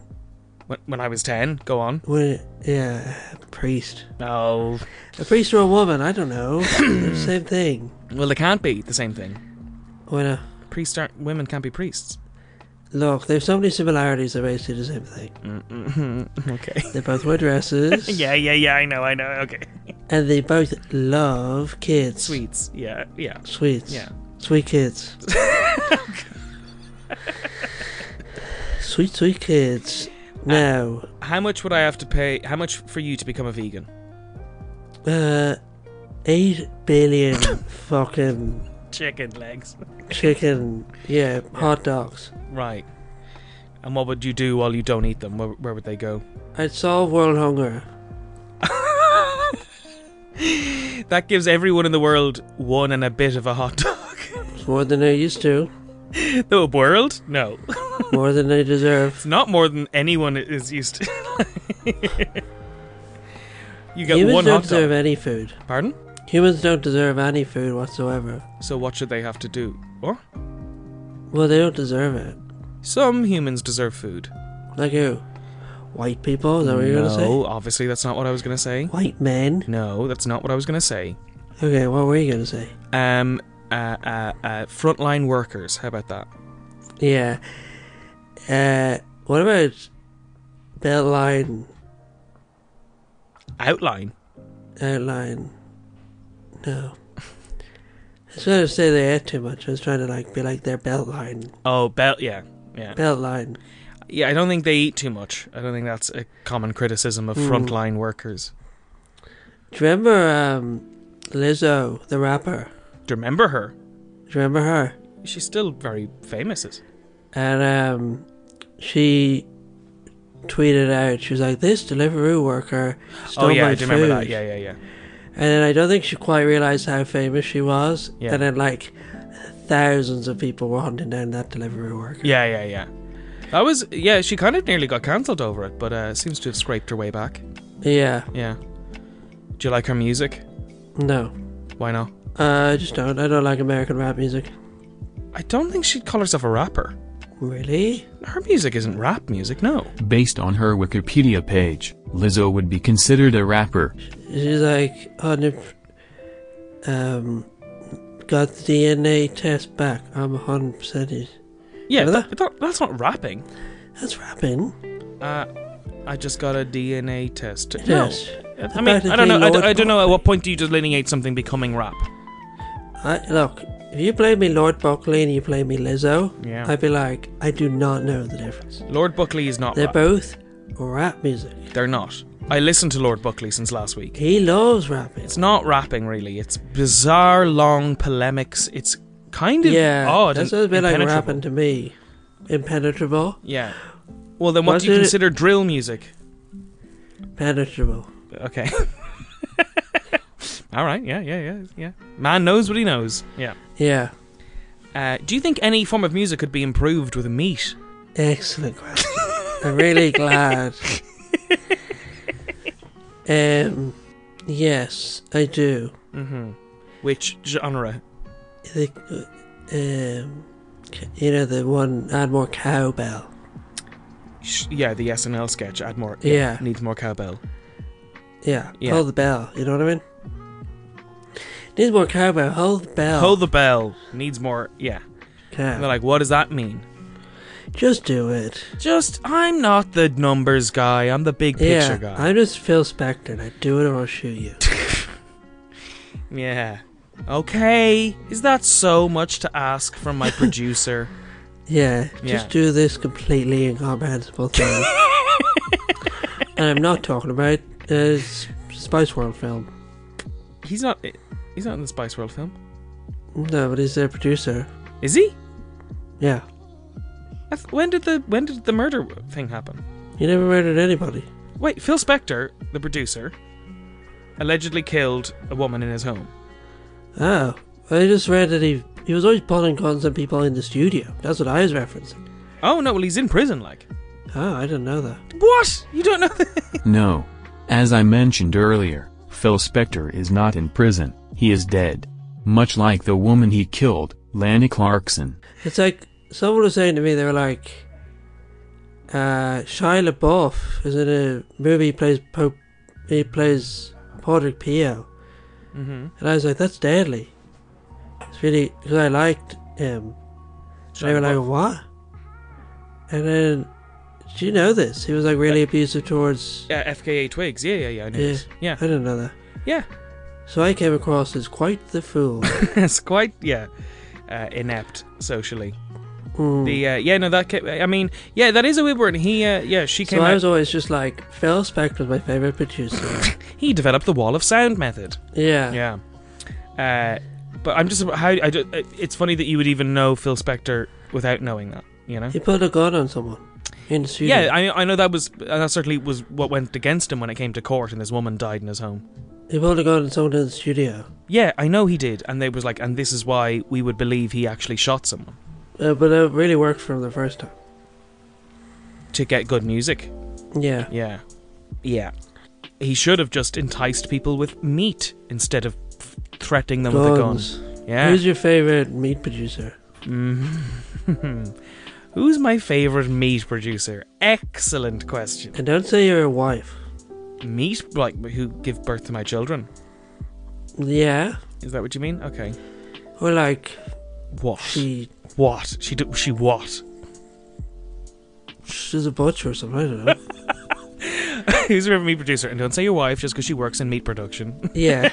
[SPEAKER 2] when, when I was ten. Go on.
[SPEAKER 4] when. Yeah, a priest.
[SPEAKER 2] No.
[SPEAKER 4] A priest or a woman? I don't know. Same thing.
[SPEAKER 2] Well, they can't be the same thing.
[SPEAKER 4] When a,
[SPEAKER 2] Priests aren't women. Can't be priests.
[SPEAKER 4] look, there's so many similarities. They're basically the same thing.
[SPEAKER 2] Okay.
[SPEAKER 4] They both wear dresses.
[SPEAKER 2] Yeah, yeah, yeah. I know. I know. Okay.
[SPEAKER 4] And they both love kids.
[SPEAKER 2] Sweets. Yeah, yeah.
[SPEAKER 4] Sweets.
[SPEAKER 2] Yeah.
[SPEAKER 4] Sweet kids. sweet, sweet kids.
[SPEAKER 2] Ah.
[SPEAKER 4] Now,
[SPEAKER 2] How much would I have to pay? How much for you to become a vegan?
[SPEAKER 4] uh, eight billion fucking
[SPEAKER 2] Chicken legs.
[SPEAKER 4] chicken, yeah, hot dogs.
[SPEAKER 2] Right. And what would you do while you don't eat them? Where, where would they go?
[SPEAKER 4] I'd solve world hunger.
[SPEAKER 2] That gives everyone in the world one and a bit of a hot dog.
[SPEAKER 4] It's more than I used to.
[SPEAKER 2] the world? No.
[SPEAKER 4] More than I deserve.
[SPEAKER 2] It's not more than anyone is used to. you get
[SPEAKER 4] Humans
[SPEAKER 2] one
[SPEAKER 4] don't
[SPEAKER 2] hot
[SPEAKER 4] deserve
[SPEAKER 2] dog.
[SPEAKER 4] any food.
[SPEAKER 2] Pardon?
[SPEAKER 4] Humans don't deserve any food whatsoever.
[SPEAKER 2] So what should they have to do? Or
[SPEAKER 4] Well, they don't deserve it.
[SPEAKER 2] some humans deserve food.
[SPEAKER 4] Like who? White people? Is that what you're
[SPEAKER 2] no,
[SPEAKER 4] gonna say?
[SPEAKER 2] obviously that's not what I was gonna say.
[SPEAKER 4] White men?
[SPEAKER 2] No, that's not what I was gonna say.
[SPEAKER 4] Okay, what were you gonna say?
[SPEAKER 2] Um, uh, uh, uh, frontline workers. How about that?
[SPEAKER 4] Yeah. Uh, what about Beltline
[SPEAKER 2] Outline.
[SPEAKER 4] outline? No. I was gonna say they ate too much. I was trying to like be like their Beltline,
[SPEAKER 2] Oh, belt. Yeah, yeah,
[SPEAKER 4] Beltline.
[SPEAKER 2] yeah. I don't think they eat too much. I don't think that's a common criticism
[SPEAKER 4] Hmm.
[SPEAKER 2] of frontline workers.
[SPEAKER 4] Do you remember um, Lizzo, the rapper?
[SPEAKER 2] Do you remember her?
[SPEAKER 4] Do you remember her?
[SPEAKER 2] She's still very famous. is-
[SPEAKER 4] And um, she tweeted out, she was like, "This Deliveroo worker stole
[SPEAKER 2] Oh yeah,
[SPEAKER 4] my
[SPEAKER 2] I do remember that.
[SPEAKER 4] food."
[SPEAKER 2] Yeah, yeah, yeah.
[SPEAKER 4] And then I don't think she quite realized how famous she was.
[SPEAKER 2] Yeah.
[SPEAKER 4] And then like thousands of people were hunting down that delivery worker.
[SPEAKER 2] Yeah, yeah, yeah. That was yeah. She kind of nearly got cancelled over it, but uh, seems to have scraped her way back.
[SPEAKER 4] Yeah.
[SPEAKER 2] Yeah. Do you like her music?
[SPEAKER 4] No.
[SPEAKER 2] Why not?
[SPEAKER 4] Uh, I just don't. I don't like American rap music.
[SPEAKER 2] I don't think she'd call herself a rapper.
[SPEAKER 4] Really?
[SPEAKER 2] Her music isn't rap music, no.
[SPEAKER 1] Based on her Wikipedia page, Lizzo would be considered a rapper.
[SPEAKER 4] She's like hundred. Um, got the DNA test back. I'm hundred percent it.
[SPEAKER 2] Yeah,
[SPEAKER 4] Really?
[SPEAKER 2] that, that- that's not rapping.
[SPEAKER 4] That's rapping.
[SPEAKER 2] Uh, I just got a DNA test.
[SPEAKER 4] Yes.
[SPEAKER 2] No. I mean, I don't know. I, d- I don't know. At what point do you delineate something becoming rap?
[SPEAKER 4] I, look, if you play me Lord Buckley and you play me Lizzo,
[SPEAKER 2] Yeah.
[SPEAKER 4] I'd be like, I do not know the difference.
[SPEAKER 2] Lord Buckley is not
[SPEAKER 4] They're
[SPEAKER 2] rap.
[SPEAKER 4] both rap music.
[SPEAKER 2] They're not. I listened to Lord Buckley since last week.
[SPEAKER 4] He loves rapping.
[SPEAKER 2] It's not rapping, really. It's bizarre, long polemics. It's kind of
[SPEAKER 4] yeah,
[SPEAKER 2] odd.
[SPEAKER 4] that's
[SPEAKER 2] and
[SPEAKER 4] a bit like
[SPEAKER 2] impenetrable.
[SPEAKER 4] rapping to me. Impenetrable,
[SPEAKER 2] Yeah. Well, then, what
[SPEAKER 4] Was
[SPEAKER 2] do you
[SPEAKER 4] it-
[SPEAKER 2] consider drill music?
[SPEAKER 4] penetrable.
[SPEAKER 2] Okay. All right. Yeah. Yeah. Yeah. Yeah. Man knows what he knows. Yeah.
[SPEAKER 4] Yeah,
[SPEAKER 2] Uh, do you think any form of music could be improved with meat?
[SPEAKER 4] excellent question. I'm really glad. Um, yes, I do.
[SPEAKER 2] Mm-hmm. Which genre?
[SPEAKER 4] The, um, c- you know the one add more cowbell.
[SPEAKER 2] Sh- Yeah, the SNL sketch. Add more.
[SPEAKER 4] Yeah.
[SPEAKER 2] needs more cowbell.
[SPEAKER 4] Yeah,
[SPEAKER 2] Yeah.
[SPEAKER 4] hold the bell. You know what I mean? Need more cowbell. Hold the bell.
[SPEAKER 2] Hold the bell. Needs more. Yeah.
[SPEAKER 4] cow.
[SPEAKER 2] And they're like, what does that mean?
[SPEAKER 4] Just do it.
[SPEAKER 2] Just, I'm not the numbers guy. I'm the big picture
[SPEAKER 4] yeah,
[SPEAKER 2] guy.
[SPEAKER 4] I'm just Phil Spector. And I do it or I'll shoot you.
[SPEAKER 2] Yeah. Okay. Is that so much to ask from my producer?
[SPEAKER 4] Yeah,
[SPEAKER 2] Yeah.
[SPEAKER 4] just do this completely incomprehensible thing. and I'm not talking about a Spice World film.
[SPEAKER 2] He's not. He's not in the Spice World film,
[SPEAKER 4] No, but he's their producer.
[SPEAKER 2] is he?
[SPEAKER 4] Yeah.
[SPEAKER 2] I th- when did the when did the murder thing happen?
[SPEAKER 4] He never murdered anybody.
[SPEAKER 2] Wait, Phil Spector, the producer, allegedly killed a woman in his home.
[SPEAKER 4] Oh, I just read that he he was always pulling guns on people in the studio. That's what I was referencing.
[SPEAKER 2] Oh no, well he's in prison. Like
[SPEAKER 4] Oh, I didn't know that.
[SPEAKER 2] what? You don't know? That?
[SPEAKER 1] No. As I mentioned earlier, Phil Spector is not in prison, he is dead. Much like the woman he killed, Lana Clarkson.
[SPEAKER 4] It's like someone was saying to me, they were like, uh, Shia LaBeouf is in a movie. He plays Pope. He plays Patrick Pio,
[SPEAKER 2] mm-hmm.
[SPEAKER 4] and I was like, that's deadly. It's really because I liked him. And they were like, what? And then, do you know this? He was like really abusive towards.
[SPEAKER 2] yeah, FKA Twigs. Yeah, yeah, yeah. I know
[SPEAKER 4] Yeah.
[SPEAKER 2] this. yeah,
[SPEAKER 4] I didn't know that.
[SPEAKER 2] yeah.
[SPEAKER 4] So I came across as quite the fool.
[SPEAKER 2] it's quite yeah uh, inept socially.
[SPEAKER 4] Mm.
[SPEAKER 2] The uh, yeah no that ca- I mean yeah that is a weird one. He uh, yeah she came
[SPEAKER 4] so I
[SPEAKER 2] out-
[SPEAKER 4] was always just like, Phil Spector was my favorite producer.
[SPEAKER 2] he developed the wall of sound method.
[SPEAKER 4] yeah.
[SPEAKER 2] Yeah, uh, but I'm just how I do, it's funny that you would even know Phil Spector without knowing that. You know.
[SPEAKER 4] He put a gun on someone in the studio.
[SPEAKER 2] Yeah, I, I know that was uh, that certainly was what went against him when it came to court, and this woman died in his home.
[SPEAKER 4] He pulled a gun on someone in the studio.
[SPEAKER 2] Yeah, I know he did, and they was like, and this is why we would believe he actually shot someone
[SPEAKER 4] Uh, but it really worked for him the first time.
[SPEAKER 2] to get good music.
[SPEAKER 4] Yeah.
[SPEAKER 2] Yeah. Yeah. He should have just enticed people with meat instead of f- threatening them
[SPEAKER 4] Guns.
[SPEAKER 2] with a gun. Yeah.
[SPEAKER 4] Who's your favorite meat producer?
[SPEAKER 2] Mhm. Who's my favorite meat producer? Excellent question.
[SPEAKER 4] And don't say you're a wife.
[SPEAKER 2] Meat like who give birth to my children?
[SPEAKER 4] Yeah.
[SPEAKER 2] Is that what you mean? Okay.
[SPEAKER 4] Or like
[SPEAKER 2] What?
[SPEAKER 4] she
[SPEAKER 2] what? She do- she what?
[SPEAKER 4] she's a butcher or something. I don't know.
[SPEAKER 2] Who's your favorite meat producer? And don't say your wife just because she works in meat production.
[SPEAKER 4] yeah.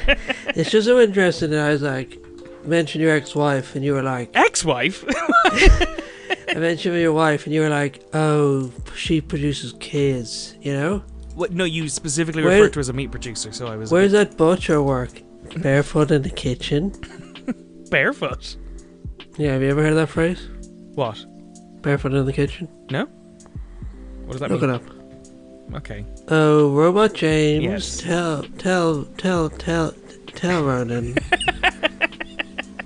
[SPEAKER 4] It's just so interesting that I was like, mention your ex-wife, and you were like,
[SPEAKER 2] Ex-wife.
[SPEAKER 4] I mentioned your wife, and you were like, oh, she produces kids. You know?
[SPEAKER 2] what, no, you specifically
[SPEAKER 4] Where-
[SPEAKER 2] referred to her as a meat producer, so I was a
[SPEAKER 4] Where's that butcher work? Barefoot in the kitchen.
[SPEAKER 2] bit barefoot.
[SPEAKER 4] Yeah. Have you ever heard that phrase?
[SPEAKER 2] What?
[SPEAKER 4] Barefoot in the kitchen.
[SPEAKER 2] No. What does that
[SPEAKER 4] Look it
[SPEAKER 2] mean?
[SPEAKER 4] up.
[SPEAKER 2] Okay.
[SPEAKER 4] Oh, Robot James,
[SPEAKER 2] Yes.
[SPEAKER 4] tell, tell, tell, tell, tell Ronan.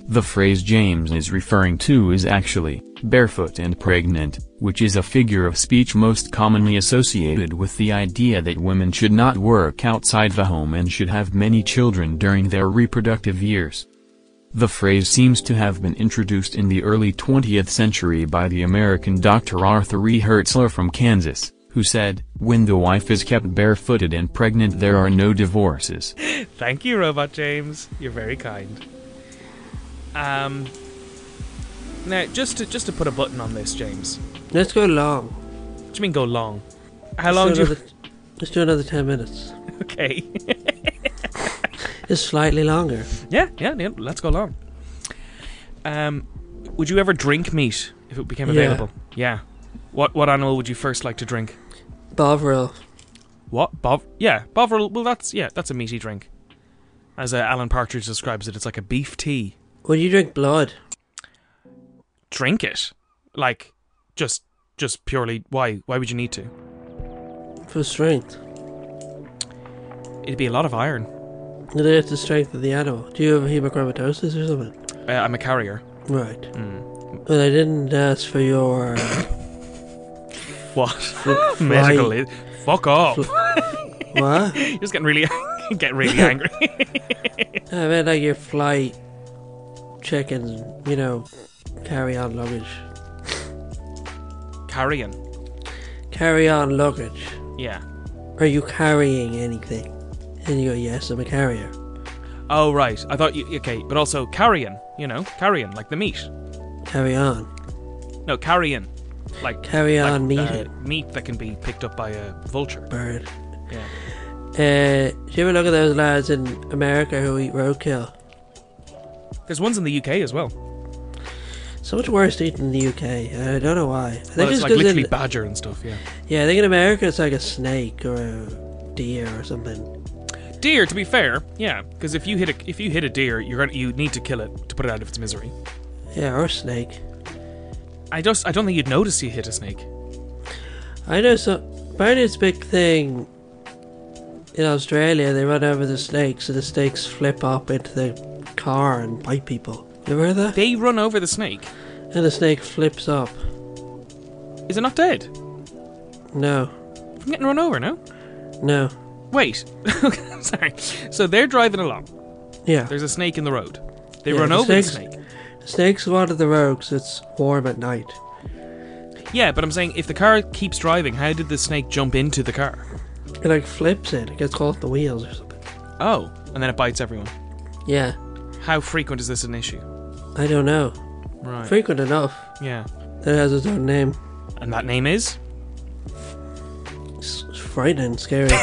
[SPEAKER 1] The phrase James is referring to is actually, barefoot and pregnant, which is a figure of speech most commonly associated with the idea that women should not work outside the home and should have many children during their reproductive years. The phrase seems to have been introduced in the early 20th century by the American Dr. Arthur E. Hertzler from Kansas, who said, When the wife is kept barefooted and pregnant, there are no divorces.
[SPEAKER 2] Thank you, Robot James. You're very kind. Um. Now, just to just to put a button on this, James.
[SPEAKER 4] Let's go long.
[SPEAKER 2] What do you mean go long? How long do you?
[SPEAKER 4] another, Let's do another 10 minutes.
[SPEAKER 2] Okay.
[SPEAKER 4] Just slightly longer.
[SPEAKER 2] yeah, yeah, yeah. Let's go long. Um, would you ever drink meat if it became
[SPEAKER 4] Yeah.
[SPEAKER 2] available? Yeah. What what animal would you first like to drink?
[SPEAKER 4] Bovril.
[SPEAKER 2] What bov? Yeah, bovril. Well, that's yeah, that's a meaty drink. As uh, Alan Partridge describes it, it's like a beef tea.
[SPEAKER 4] Would you drink blood?
[SPEAKER 2] drink it like just just purely why why would you need to
[SPEAKER 4] For strength.
[SPEAKER 2] it'd be a lot of iron
[SPEAKER 4] Do they have the strength of the animal? Do you have hemochromatosis or something?
[SPEAKER 2] uh, i'm a carrier
[SPEAKER 4] Right.
[SPEAKER 2] Hmm.
[SPEAKER 4] But I didn't ask for your.
[SPEAKER 2] what medical
[SPEAKER 4] flying-
[SPEAKER 2] it fuck off
[SPEAKER 4] what?
[SPEAKER 2] you're just getting really getting really angry
[SPEAKER 4] I meant like your flight, chickens, you know, carry on luggage.
[SPEAKER 2] carrion
[SPEAKER 4] Carry on luggage.
[SPEAKER 2] yeah
[SPEAKER 4] Are you carrying anything? And you go, yes, I'm a carrier.
[SPEAKER 2] oh right i thought you okay but also carrion you know carrion like the meat
[SPEAKER 4] Carry on.
[SPEAKER 2] no carrion like
[SPEAKER 4] Carry
[SPEAKER 2] like,
[SPEAKER 4] on, meat
[SPEAKER 2] uh,
[SPEAKER 4] it,
[SPEAKER 2] meat that can be picked up by a vulture
[SPEAKER 4] bird.
[SPEAKER 2] yeah
[SPEAKER 4] Uh, do you ever look at those lads in America who eat roadkill?
[SPEAKER 2] there's ones in the uk as well
[SPEAKER 4] So much worse to eat in the UK. and I don't know why. I think
[SPEAKER 2] well, it's
[SPEAKER 4] just
[SPEAKER 2] like
[SPEAKER 4] 'cause
[SPEAKER 2] literally
[SPEAKER 4] in,
[SPEAKER 2] badger and stuff yeah
[SPEAKER 4] yeah, I think in America it's like a snake or a deer or something.
[SPEAKER 2] deer to be fair yeah because if you hit a if you hit a deer you're gonna you need to kill it to put it out of its misery
[SPEAKER 4] Yeah, or a snake.
[SPEAKER 2] I just I don't think you'd notice you hit a snake.
[SPEAKER 4] I know so apparently it's a big thing in Australia they run over the snakes and the snakes flip up into the car and bite people. You ever heard that?
[SPEAKER 2] They run over the snake.
[SPEAKER 4] And the snake flips up.
[SPEAKER 2] Is it not dead?
[SPEAKER 4] No.
[SPEAKER 2] From getting run over, no?
[SPEAKER 4] No.
[SPEAKER 2] Wait. Okay, Sorry. So they're driving along.
[SPEAKER 4] Yeah.
[SPEAKER 2] There's a snake in the road. They
[SPEAKER 4] Yeah,
[SPEAKER 2] run
[SPEAKER 4] the
[SPEAKER 2] over the
[SPEAKER 4] snake's-
[SPEAKER 2] snake.
[SPEAKER 4] Snakes go out of the road 'cause it's warm at night.
[SPEAKER 2] Yeah, but I'm saying if the car keeps driving, how did the snake jump into the car?
[SPEAKER 4] It like flips it, it gets caught in the wheels or something.
[SPEAKER 2] Oh, and then it bites everyone.
[SPEAKER 4] Yeah.
[SPEAKER 2] How frequent is this an issue?
[SPEAKER 4] I don't know.
[SPEAKER 2] Right.
[SPEAKER 4] Frequent enough
[SPEAKER 2] yeah.
[SPEAKER 4] that it has its own name.
[SPEAKER 2] And that name is?
[SPEAKER 4] It's frightening, scary.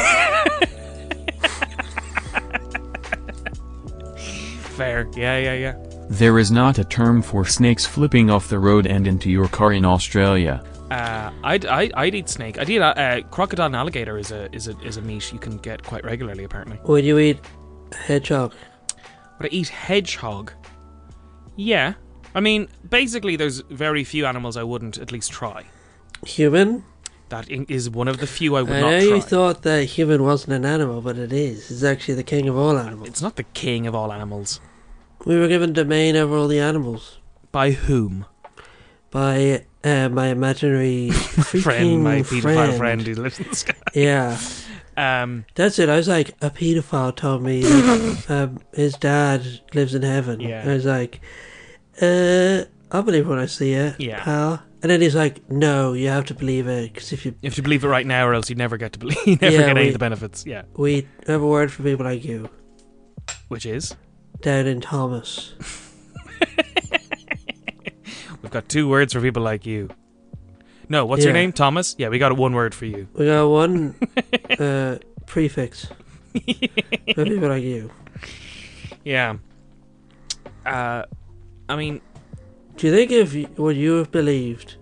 [SPEAKER 2] Fair. Yeah, yeah, yeah.
[SPEAKER 1] There is not a term for snakes flipping off the road and into your car in Australia.
[SPEAKER 2] Uh, I'd, I, I'd eat snake. I'd eat uh, uh, crocodile and alligator is a is a is a meat you can get quite regularly apparently.
[SPEAKER 4] Would you eat a hedgehog?
[SPEAKER 2] But I eat hedgehog. Yeah, I mean basically there's very few animals I wouldn't at least try.
[SPEAKER 4] Human?
[SPEAKER 2] That in- is one of the few I would
[SPEAKER 4] I
[SPEAKER 2] not
[SPEAKER 4] know
[SPEAKER 2] try.
[SPEAKER 4] you thought that human wasn't an animal, but it is. It's actually the king of all animals.
[SPEAKER 2] it's not the king of all animals.
[SPEAKER 4] We were given domain over all the animals
[SPEAKER 2] By whom?
[SPEAKER 4] by uh, my imaginary freaking
[SPEAKER 2] friend, my
[SPEAKER 4] friend.
[SPEAKER 2] paedophile friend who lives in the sky.
[SPEAKER 4] Yeah,
[SPEAKER 2] Um,
[SPEAKER 4] that's it. I was like, a paedophile told me that, um, his dad lives in heaven.
[SPEAKER 2] Yeah.
[SPEAKER 4] I was like, uh, I believe when I see it,
[SPEAKER 2] Yeah.
[SPEAKER 4] pal. And then he's like, no, you have to believe it because if you
[SPEAKER 2] you have to believe it right now, or else you never get to believe. You never
[SPEAKER 4] Yeah,
[SPEAKER 2] get any
[SPEAKER 4] we-
[SPEAKER 2] of the benefits. Yeah,
[SPEAKER 4] we have a word for people like you
[SPEAKER 2] which is
[SPEAKER 4] down in Thomas.
[SPEAKER 2] we've got two words for people like you. No, what's your
[SPEAKER 4] Yeah.
[SPEAKER 2] name, Thomas? Yeah, we got one word for you.
[SPEAKER 4] We got one uh, prefix for people like you.
[SPEAKER 2] Yeah. Uh, I mean,
[SPEAKER 4] Do you think if you, would you have believed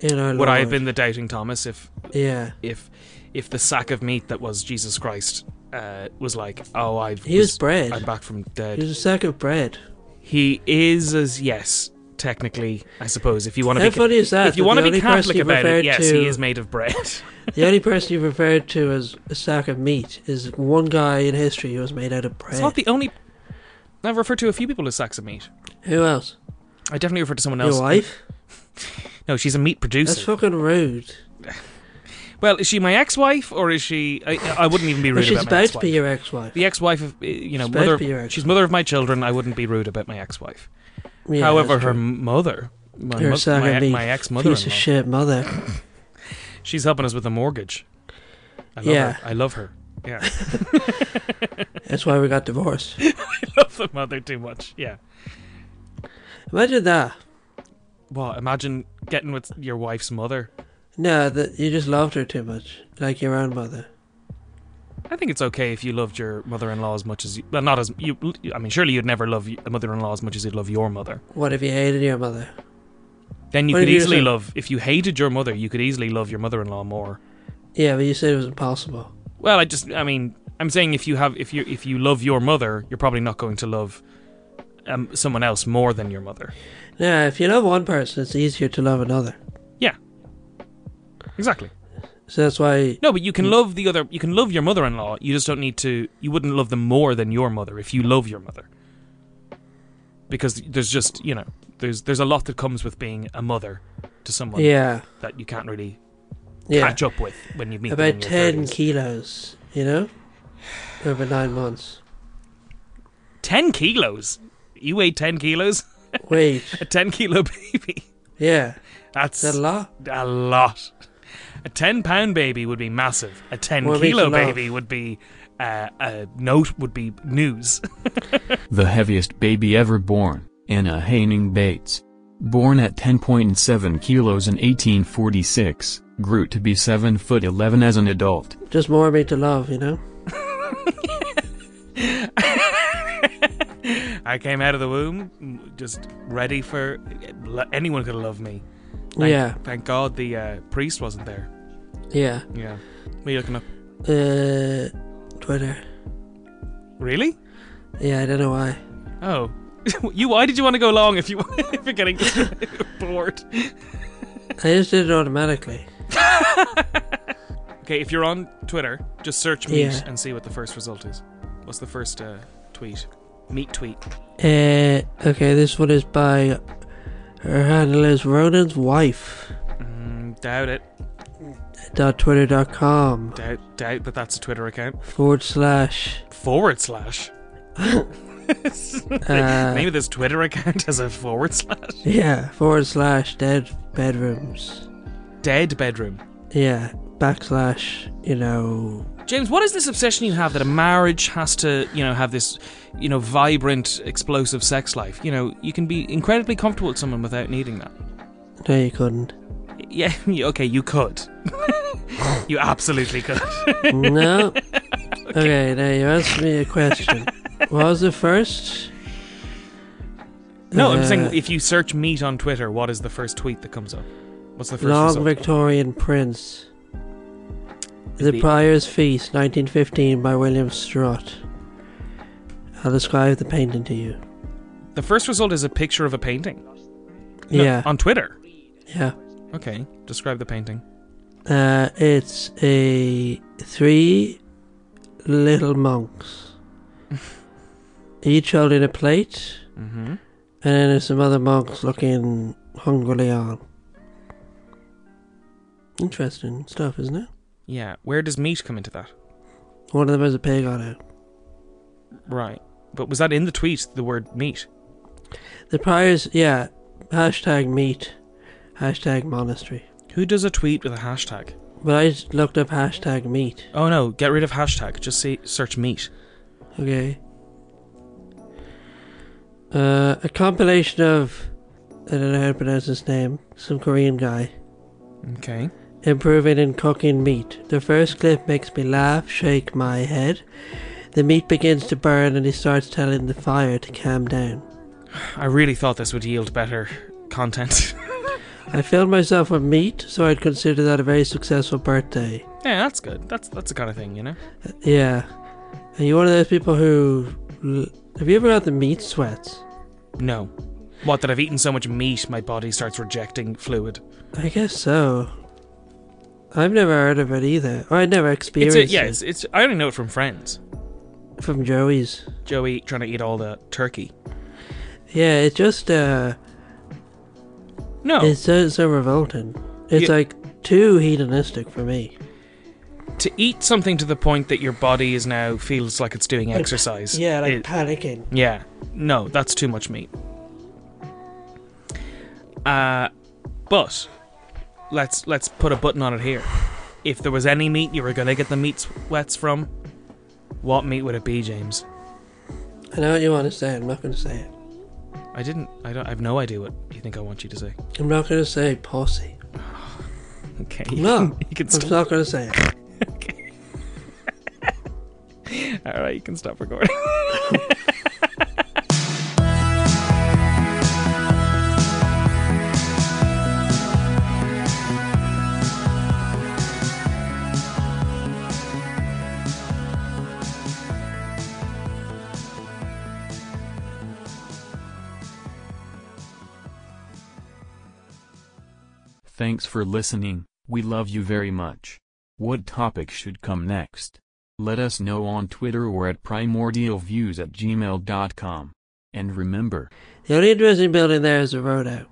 [SPEAKER 4] in our
[SPEAKER 2] would I have
[SPEAKER 4] Lord?
[SPEAKER 2] been the doubting Thomas if
[SPEAKER 4] Yeah,
[SPEAKER 2] if if the sack of meat that was Jesus Christ uh, was like, oh, I've
[SPEAKER 4] he was bread.
[SPEAKER 2] I'm back from
[SPEAKER 4] he
[SPEAKER 2] dead.
[SPEAKER 4] was a sack of bread.
[SPEAKER 2] He is as yes, technically, I suppose. If you want to
[SPEAKER 4] How
[SPEAKER 2] be, ca-
[SPEAKER 4] funny is that?
[SPEAKER 2] if you
[SPEAKER 4] that
[SPEAKER 2] want
[SPEAKER 4] the
[SPEAKER 2] to be
[SPEAKER 4] only person
[SPEAKER 2] Catholic
[SPEAKER 4] you
[SPEAKER 2] about
[SPEAKER 4] referred
[SPEAKER 2] it, yes,
[SPEAKER 4] to,
[SPEAKER 2] he is made of bread.
[SPEAKER 4] The only person you referred to as a sack of meat is one guy in history who was made out of bread.
[SPEAKER 2] it's not the only. I've referred to a few people as sacks of meat.
[SPEAKER 4] who else?
[SPEAKER 2] I definitely refer to someone
[SPEAKER 4] Your
[SPEAKER 2] else.
[SPEAKER 4] wife?
[SPEAKER 2] No, she's a meat producer.
[SPEAKER 4] That's fucking rude.
[SPEAKER 2] Well, is she my ex-wife or is she? I, I wouldn't even be rude
[SPEAKER 4] But she's
[SPEAKER 2] about my
[SPEAKER 4] about to
[SPEAKER 2] ex-wife.
[SPEAKER 4] be your ex-wife.
[SPEAKER 2] the ex-wife of uh, you know
[SPEAKER 4] She's
[SPEAKER 2] mother
[SPEAKER 4] about
[SPEAKER 2] of-
[SPEAKER 4] to be your ex-
[SPEAKER 2] she's mother of my children i wouldn't be rude about my ex-wife
[SPEAKER 4] Yeah,
[SPEAKER 2] however
[SPEAKER 4] that's
[SPEAKER 2] her
[SPEAKER 4] true.
[SPEAKER 2] mother my,
[SPEAKER 4] You're a
[SPEAKER 2] mo-
[SPEAKER 4] sack
[SPEAKER 2] my,
[SPEAKER 4] of
[SPEAKER 2] e-
[SPEAKER 4] meat,
[SPEAKER 2] my ex-mother
[SPEAKER 4] piece of shit mother.
[SPEAKER 2] she's helping us with the mortgage i love
[SPEAKER 4] Yeah.
[SPEAKER 2] her i love her yeah i
[SPEAKER 4] That's why we got divorced.
[SPEAKER 2] love the mother too much yeah
[SPEAKER 4] Imagine that.
[SPEAKER 2] well imagine getting with your wife's mother
[SPEAKER 4] No, that you just loved her too much, like your own mother.
[SPEAKER 2] i think it's okay if you loved your mother-in-law as much as you well not as you i mean surely you'd never love a mother-in-law as much as you'd love your mother
[SPEAKER 4] What if you hated your mother?
[SPEAKER 2] then you
[SPEAKER 4] What
[SPEAKER 2] could
[SPEAKER 4] if you
[SPEAKER 2] easily
[SPEAKER 4] said-
[SPEAKER 2] love if you hated your mother you could easily love your mother-in-law more
[SPEAKER 4] Yeah, but you said it was impossible.
[SPEAKER 2] Well, I just, I mean, I'm saying if you have, if you, if you love your mother, you're probably not going to love um, someone else more than your mother.
[SPEAKER 4] Now, if you love one person, it's easier to love another.
[SPEAKER 2] Exactly.
[SPEAKER 4] So that's why.
[SPEAKER 2] No, but you can love the other. You can love your mother-in-law. You just don't need to. You wouldn't love them more than your mother if you love your mother. Because there's just, you know, there's there's a lot that comes with being a mother to someone
[SPEAKER 4] Yeah,
[SPEAKER 2] that you can't really
[SPEAKER 4] yeah.
[SPEAKER 2] catch up with when you meet them in
[SPEAKER 4] About
[SPEAKER 2] your
[SPEAKER 4] ten
[SPEAKER 2] 30s.
[SPEAKER 4] kilos, you know, over nine months.
[SPEAKER 2] Ten kilos. You weigh ten kilos.
[SPEAKER 4] Wait,
[SPEAKER 2] A ten kilo baby.
[SPEAKER 4] yeah,
[SPEAKER 2] That's
[SPEAKER 4] is that a lot?
[SPEAKER 2] A lot. A 10 pound baby would be massive. A 10
[SPEAKER 4] Well, it makes
[SPEAKER 2] kilo
[SPEAKER 4] you laugh.
[SPEAKER 2] baby would be uh, a note would be news.
[SPEAKER 1] The heaviest baby ever born, Anna Haining Bates. Born at 10.7 kilos in 1846, grew to be 7 foot 11 as an adult.
[SPEAKER 4] Just more me to love, you know.
[SPEAKER 2] I came out of the womb mm, just ready for anyone could love me. Thank,
[SPEAKER 4] Yeah,
[SPEAKER 2] Thank God the uh, priest wasn't there.
[SPEAKER 4] yeah.
[SPEAKER 2] Yeah. What are you looking up?
[SPEAKER 4] Uh, Twitter.
[SPEAKER 2] Really?
[SPEAKER 4] Yeah, I don't know why.
[SPEAKER 2] Oh. you, why did you want to go long if you if you're getting bored?
[SPEAKER 4] I just did it automatically.
[SPEAKER 2] Okay, if you're on Twitter, just search meat
[SPEAKER 4] Yeah.
[SPEAKER 2] and see what the first result is. What's the first uh, tweet? Meat tweet.
[SPEAKER 4] Uh, okay, this one is by her handle is Ronan's wife
[SPEAKER 2] Mm, doubt it.
[SPEAKER 4] dot twitter dot com
[SPEAKER 2] Doubt doubt that that's a Twitter account.
[SPEAKER 4] forward slash
[SPEAKER 2] Forward slash.
[SPEAKER 4] uh,
[SPEAKER 2] Maybe this Twitter account has a forward slash.
[SPEAKER 4] yeah forward slash dead bedrooms
[SPEAKER 2] Dead bedroom.
[SPEAKER 4] yeah backslash you know
[SPEAKER 2] James, what is this obsession you have that a marriage has to, you know, have this, you know, vibrant, explosive sex life? You know, you can be incredibly comfortable with someone without needing that.
[SPEAKER 4] no you couldn't
[SPEAKER 2] Yeah, okay, you could. you absolutely could.
[SPEAKER 4] no okay now you asked me a question what was the first
[SPEAKER 2] No, I'm
[SPEAKER 4] Uh,
[SPEAKER 2] saying if you search meat on Twitter, what is the first tweet that comes up? What's the first
[SPEAKER 4] long
[SPEAKER 2] result?
[SPEAKER 4] Victorian prince the
[SPEAKER 2] be-
[SPEAKER 4] Prior's Feast 1915 by William Strutt I'll describe the painting to you
[SPEAKER 2] the first result is a picture of a painting. No,
[SPEAKER 4] yeah
[SPEAKER 2] On Twitter.
[SPEAKER 4] yeah
[SPEAKER 2] Okay, describe the painting.
[SPEAKER 4] Uh, it's a three little monks, each holding a plate,
[SPEAKER 2] Mm-hmm.
[SPEAKER 4] and then there's some other monks looking hungrily on. Interesting stuff, isn't it?
[SPEAKER 2] Yeah, where does meat come into that?
[SPEAKER 4] One of them has a pig on it.
[SPEAKER 2] Right. But was that in the tweet, the word meat?
[SPEAKER 4] The priors, yeah, hashtag meat, hashtag monastery.
[SPEAKER 2] Who does a tweet with a hashtag?
[SPEAKER 4] But I just looked up hashtag meat,
[SPEAKER 2] Oh no, get rid of hashtag. Just say search meat.
[SPEAKER 4] okay? Uh, a compilation of, I don't know how to pronounce his name, some Korean guy.
[SPEAKER 2] Okay.
[SPEAKER 4] improving in cooking meat. The first clip makes me laugh, shake my head. The meat begins to burn and he starts telling the fire to calm down.
[SPEAKER 2] I really thought this would yield better content.
[SPEAKER 4] I filled myself with meat, so I'd consider that a very successful birthday.
[SPEAKER 2] yeah, that's good. That's that's the kind of thing, you know.
[SPEAKER 4] Uh, yeah. Are you one of those people who. l- Have you ever got the meat sweats?
[SPEAKER 2] No. What that I've eaten so much meat my body starts rejecting fluid.
[SPEAKER 4] I guess so. I've never heard of it either. Or I'd never
[SPEAKER 2] It's
[SPEAKER 4] experienced
[SPEAKER 2] a, yeah, it's, it's I only know it from friends.
[SPEAKER 4] it from Joey's.
[SPEAKER 2] Joey trying to eat all the turkey.
[SPEAKER 4] Yeah, it just. uh
[SPEAKER 2] No.
[SPEAKER 4] It's so, so revolting. It's
[SPEAKER 2] Oh. Yeah.
[SPEAKER 4] like too hedonistic for me.
[SPEAKER 2] to eat something to the point that your body is now feels like it's doing exercise.
[SPEAKER 4] Yeah, like
[SPEAKER 2] It-
[SPEAKER 4] panicking.
[SPEAKER 2] yeah. No, that's too much meat. Uh but let's let's put a button on it here. If there was any meat you were gonna get the meat sweats from, what meat would it be, James?
[SPEAKER 4] I know what you want to say. I'm not going to say it.
[SPEAKER 2] I didn't I don't I have no idea what you think I want you to say.
[SPEAKER 4] I'm not going to say pussy.
[SPEAKER 2] Okay.
[SPEAKER 4] No,
[SPEAKER 2] you can
[SPEAKER 4] I'm
[SPEAKER 2] stop
[SPEAKER 4] not going to say it.
[SPEAKER 2] Alright, you can stop recording.
[SPEAKER 1] Thanks for listening. We love you very much. What topic should come next? Let us know on Twitter or at primordialviews at gmail.com. And remember,
[SPEAKER 4] The only interesting building there is the road out.